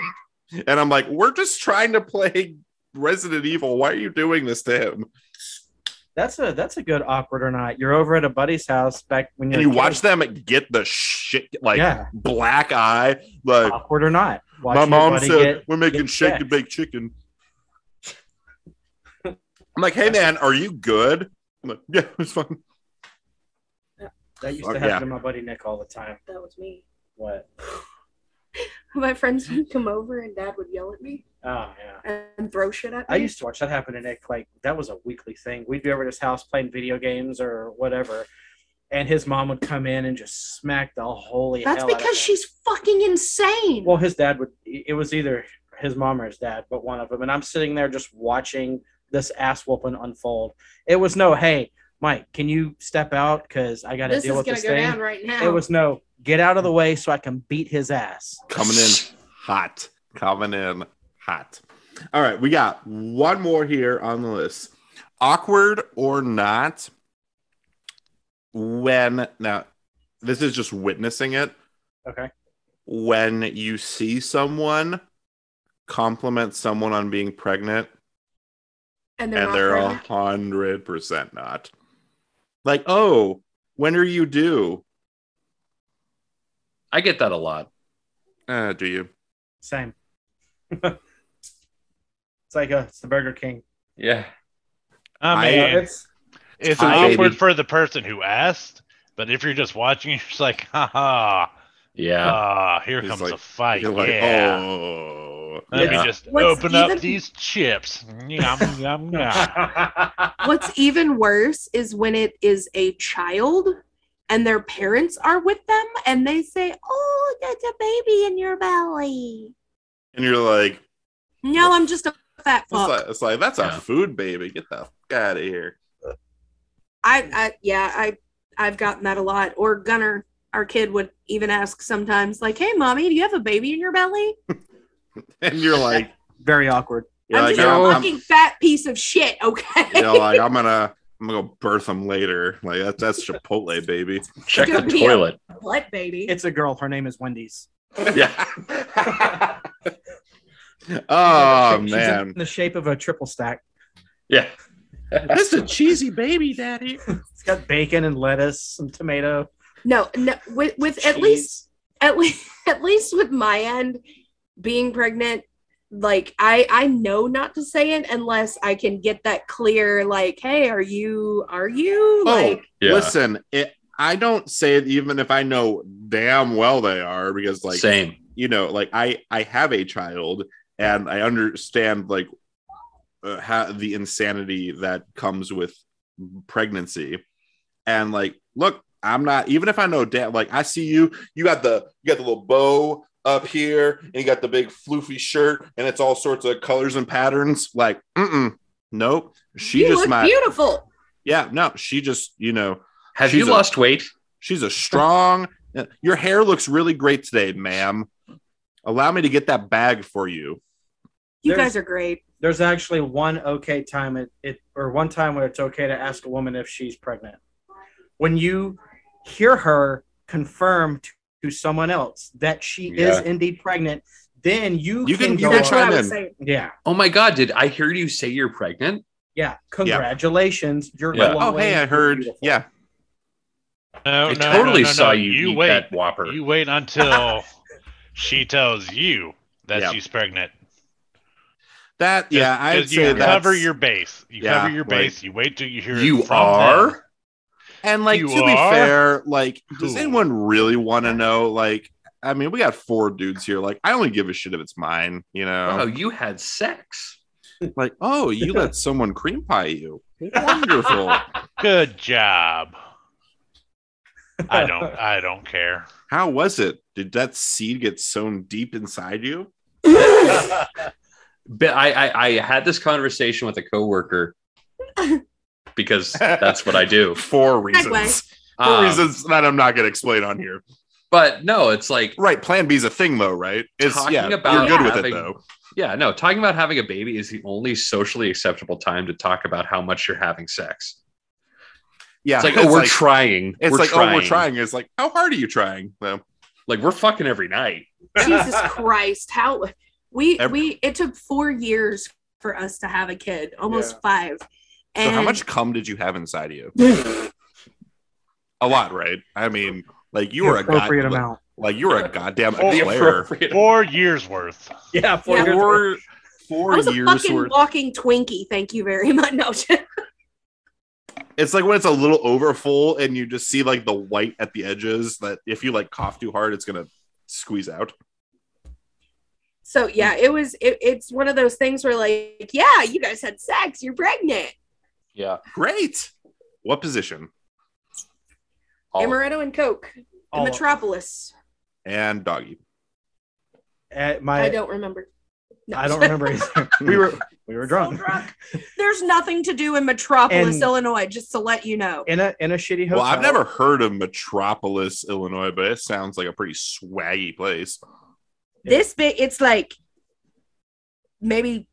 Speaker 2: you." and I'm like, we're just trying to play Resident Evil. Why are you doing this to him?
Speaker 4: That's a that's a good awkward or not. You're over at a buddy's house back when
Speaker 2: And you
Speaker 4: you're a kid.
Speaker 2: watch them get the shit like
Speaker 4: Yeah.
Speaker 2: black eye. Like
Speaker 4: awkward or not. Watch
Speaker 2: my
Speaker 4: your
Speaker 2: mom
Speaker 4: buddy
Speaker 2: said
Speaker 4: get-
Speaker 2: we're making
Speaker 4: get
Speaker 2: shake and
Speaker 4: checked.
Speaker 2: bake chicken. I'm like, hey man, are you good? I'm like, yeah, it's fine.
Speaker 4: that used
Speaker 2: Fuck
Speaker 4: to happen
Speaker 2: yeah.
Speaker 4: to my buddy Nick all the time.
Speaker 3: That was me.
Speaker 4: What?
Speaker 3: My friends would come over and dad would yell at me
Speaker 4: Oh yeah.
Speaker 3: and throw shit at me.
Speaker 4: I used to watch that happen to Nick. Like that was a weekly thing. We'd be over at his house playing video games or whatever, and his mom would come in and just smack the holy.
Speaker 3: That's
Speaker 4: hell out of him.
Speaker 3: because she's fucking insane.
Speaker 4: Well, his dad would. It was either his mom or his dad, but one of them. And I'm sitting there just watching this ass whooping unfold. It was no, hey, Mike, can you step out because I got to
Speaker 3: this is
Speaker 4: deal
Speaker 3: gonna
Speaker 4: with
Speaker 3: go
Speaker 4: this thing.
Speaker 3: down right now.
Speaker 4: It was no, get out of the way so I can beat his ass.
Speaker 2: Coming in hot. Coming in hot. All right, we got one more here on the list. Awkward or not, when now this is just witnessing it.
Speaker 4: Okay.
Speaker 2: When you see someone compliment someone on being pregnant
Speaker 3: and they're,
Speaker 2: and
Speaker 3: not
Speaker 2: they're a
Speaker 3: pregnant.
Speaker 2: hundred percent not. Like, oh, when are you due?
Speaker 5: I get that a lot.
Speaker 2: Uh, do you?
Speaker 4: Same. it's like a, it's the Burger King.
Speaker 5: Yeah.
Speaker 6: I
Speaker 2: I-
Speaker 6: mean, it's,
Speaker 4: It's
Speaker 2: Hi,
Speaker 6: awkward
Speaker 2: baby.
Speaker 6: for the person who asked, but if you're just watching, you're just like, ha ha,
Speaker 5: Yeah.
Speaker 6: ah, here
Speaker 2: It's
Speaker 6: comes
Speaker 2: like-
Speaker 6: a fight.
Speaker 2: You're like,
Speaker 6: yeah.
Speaker 2: oh,
Speaker 6: Let
Speaker 5: Yeah.
Speaker 6: me just
Speaker 3: What's
Speaker 6: open
Speaker 3: even-
Speaker 6: up these chips. Yum, yum, yum.
Speaker 3: What's even worse is when it is a child and their parents are with them and they say, "Oh, that's a baby in your belly."
Speaker 2: and you're like,
Speaker 3: No, I'm just a fat
Speaker 2: It's
Speaker 3: fuck.
Speaker 2: like, it's like that's
Speaker 5: Yeah.
Speaker 2: a food baby. Get the fuck out of here.
Speaker 3: I, I yeah, I I've gotten that a lot. Or Gunner, our kid would even ask sometimes, like, "Hey, mommy, do you have a baby in your belly?"
Speaker 2: And you're like,
Speaker 4: very awkward.
Speaker 2: you're
Speaker 3: I'm
Speaker 2: like,
Speaker 3: just a
Speaker 2: "Oh, I'm,
Speaker 3: fucking fat piece of shit. Okay.
Speaker 2: you know, like I'm gonna, I'm gonna go birth them later. Like that's that's Chipotle baby.
Speaker 5: Check the
Speaker 3: Could be a-
Speaker 5: toilet.
Speaker 3: What baby?
Speaker 4: It's a girl. Her name is Wendy's.
Speaker 2: Yeah. oh
Speaker 4: She's
Speaker 2: man,
Speaker 4: in the shape of a triple stack.
Speaker 5: Yeah.
Speaker 2: that's a cheesy baby, daddy.
Speaker 4: It's got bacon and lettuce, some tomato.
Speaker 3: no, no. With with at
Speaker 4: cheese.
Speaker 3: least at least at least with my end being pregnant like i i know not to say it unless i can get that clear like hey are you are you
Speaker 2: Oh,
Speaker 3: like
Speaker 5: Yeah.
Speaker 2: Listen, it, I don't say it even if I know damn well they are because like
Speaker 5: Same.
Speaker 2: you know like i i have a child and i understand like uh, how the insanity that comes with pregnancy and like look i'm not even if i know dad like i see you you got the you got the little bow up here and you got the big floofy shirt and it's all sorts of colors and patterns like mm-mm nope she
Speaker 3: you
Speaker 2: just
Speaker 3: look
Speaker 2: my
Speaker 3: beautiful
Speaker 2: yeah no she just you know
Speaker 5: Have
Speaker 2: She's
Speaker 5: you
Speaker 2: a-
Speaker 5: lost weight?
Speaker 2: She's a strong. Your hair looks really great today, ma'am. Allow me to get that bag for you.
Speaker 3: you
Speaker 4: There's-
Speaker 3: guys are great
Speaker 4: There's actually one okay time it, it or one time where it's okay to ask a woman if she's pregnant. When you hear her confirm to, to someone else that she is
Speaker 5: Yeah.
Speaker 4: indeed pregnant, then you,
Speaker 2: You can-
Speaker 4: can, go
Speaker 2: you can
Speaker 3: that's
Speaker 4: on-
Speaker 3: what i
Speaker 2: chime
Speaker 3: would
Speaker 2: in.
Speaker 3: say
Speaker 4: Yeah,
Speaker 5: Oh my God. Did I hear you say you're pregnant?
Speaker 4: yeah. Congratulations. You're
Speaker 5: Yeah.
Speaker 4: going
Speaker 2: Oh, hey, I heard.
Speaker 4: beautiful.
Speaker 2: Yeah.
Speaker 6: No,
Speaker 5: I
Speaker 6: Oh, no,
Speaker 5: totally
Speaker 6: no, no,
Speaker 5: saw
Speaker 6: no.
Speaker 5: you,
Speaker 6: You
Speaker 5: eat
Speaker 6: wait.
Speaker 5: that Whopper.
Speaker 6: You wait until she tells you that
Speaker 2: Yeah.
Speaker 6: she's pregnant.
Speaker 2: That, yeah, I'd
Speaker 6: Because you
Speaker 2: say that.
Speaker 6: cover your base. You
Speaker 2: Yeah,
Speaker 6: cover your
Speaker 2: like-
Speaker 6: base. you wait till you hear. it
Speaker 5: You
Speaker 6: from
Speaker 5: are?
Speaker 6: them.
Speaker 2: And, like,
Speaker 6: You
Speaker 2: to be
Speaker 6: are?
Speaker 2: fair, like, does
Speaker 6: Cool.
Speaker 2: anyone really want to know? Like, I mean, we got four dudes here. Like, I only give a shit if it's mine, you
Speaker 5: Oh,
Speaker 2: know?
Speaker 5: you had sex.
Speaker 2: Like, oh, you let someone cream pie you. Wonderful.
Speaker 6: Good job. I don't. I don't care.
Speaker 2: How was it? Did that seed get sown deep inside you?
Speaker 5: But I, I, I had this conversation with a coworker because that's what I do.
Speaker 2: Four reasons. Four
Speaker 5: Um,
Speaker 2: reasons that I'm not going to explain on here.
Speaker 5: but no, it's like
Speaker 2: Right, Plan B is a thing though, right? It's
Speaker 5: Talking
Speaker 2: yeah,
Speaker 5: about
Speaker 2: you're good with it
Speaker 5: having-
Speaker 2: though.
Speaker 5: Yeah, no, talking about having a baby is the only socially acceptable time to talk about how much you're having sex.
Speaker 2: yeah,
Speaker 5: It's like, oh, we're
Speaker 2: like-
Speaker 5: trying.
Speaker 2: It's
Speaker 5: we're
Speaker 2: like,
Speaker 5: trying.
Speaker 2: oh, we're trying. It's like, how hard are you trying? So,
Speaker 5: Like we're fucking every night.
Speaker 3: Jesus Christ, how we
Speaker 2: Every-
Speaker 3: we it took four years for us to have a kid, almost five.
Speaker 2: so
Speaker 3: And
Speaker 2: how much cum did you have inside of you? A lot, right? I mean, like you were a god,
Speaker 4: appropriate
Speaker 2: like,
Speaker 4: amount.
Speaker 2: you were a goddamn
Speaker 6: Oh,
Speaker 5: The
Speaker 2: player.
Speaker 5: appropriate-
Speaker 6: Four years worth.
Speaker 4: Yeah,
Speaker 3: Yeah.
Speaker 4: years worth.
Speaker 2: Four,
Speaker 3: I
Speaker 2: four
Speaker 3: was a
Speaker 2: years
Speaker 3: fucking
Speaker 2: worth.
Speaker 3: walking Twinkie. Thank you very much. No,
Speaker 2: It's like when it's a little over full and you just see like the white at the edges that if you like cough too hard, it's gonna squeeze out.
Speaker 3: so yeah, it was. It, it's one of those things where like, yeah, you guys had sex. You're pregnant.
Speaker 5: Yeah.
Speaker 2: Great. What position?
Speaker 5: All of
Speaker 3: Amaretto and Coke. The
Speaker 4: All of them.
Speaker 3: Metropolis.
Speaker 2: And doggy.
Speaker 4: At
Speaker 3: I,
Speaker 4: my,
Speaker 3: don't remember. No.
Speaker 4: I don't remember. either. we were we were
Speaker 3: So
Speaker 4: drunk
Speaker 3: drunk. There's nothing to do in Metropolis,
Speaker 4: And-
Speaker 3: Illinois. Just to let you know.
Speaker 4: in a in a shitty hotel.
Speaker 2: Well, I've never heard of Metropolis, Illinois, but it sounds like a pretty swaggy place.
Speaker 3: this big it's like maybe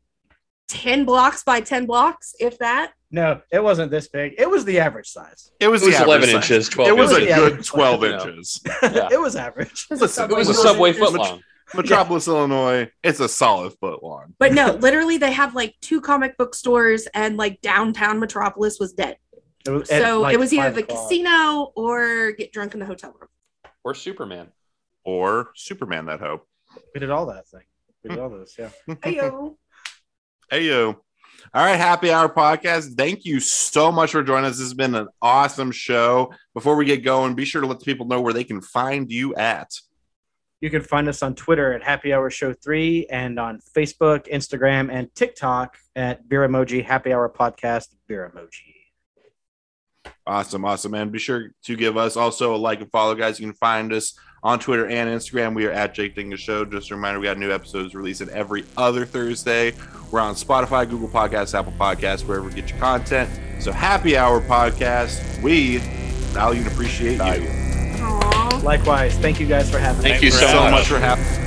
Speaker 3: 10 blocks by 10 blocks if that
Speaker 4: No, it wasn't this big. It was the average size.
Speaker 2: It was,
Speaker 5: It was
Speaker 2: the average
Speaker 5: 11
Speaker 2: size.
Speaker 5: inches, 12
Speaker 2: It was a
Speaker 4: inches. Yeah, it
Speaker 2: good
Speaker 4: was
Speaker 2: 12
Speaker 5: like-
Speaker 2: inches.
Speaker 5: Yeah.
Speaker 4: It was average.
Speaker 2: Listen,
Speaker 5: It was a
Speaker 2: Subway
Speaker 5: subway
Speaker 3: foot
Speaker 5: foot
Speaker 2: long.
Speaker 5: long.
Speaker 2: Metropolis, Illinois, it's a solid foot long.
Speaker 3: but no literally they have like two comic book stores and like downtown metropolis was dead
Speaker 4: It was at,
Speaker 3: so
Speaker 4: like,
Speaker 3: it was either
Speaker 4: five
Speaker 3: the
Speaker 4: o'clock.
Speaker 3: casino or get drunk in the hotel room
Speaker 5: Or Superman.
Speaker 2: Or Superman, that hope.
Speaker 4: We did all that thing. We did all
Speaker 3: Hmm.
Speaker 4: those. Yeah.
Speaker 3: Ayo.
Speaker 2: Hey, you. All right, happy hour podcast. Thank you so much for joining us. This has been an awesome show. Before we get going, be sure to let the people know where they can find you at.
Speaker 4: You can find us on Twitter at Happy Hour Show Three and on Facebook, Instagram, and TikTok at Beer Emoji Happy Hour Podcast Beer Emoji.
Speaker 2: Awesome, awesome, and be sure to give us also a like and follow, guys. You can find us on Twitter and Instagram. We are at Jake Dingus Show. Just a reminder, we got new episodes releasing every other Thursday. We're on Spotify, Google Podcasts, Apple Podcasts, wherever you get your content. So, happy hour podcast. We value and appreciate you.
Speaker 3: Aw.
Speaker 4: Likewise, thank you guys for having us.
Speaker 5: Thank
Speaker 6: Thanks
Speaker 5: you
Speaker 6: for
Speaker 5: so
Speaker 2: so
Speaker 6: having us.
Speaker 5: much.
Speaker 2: much for having.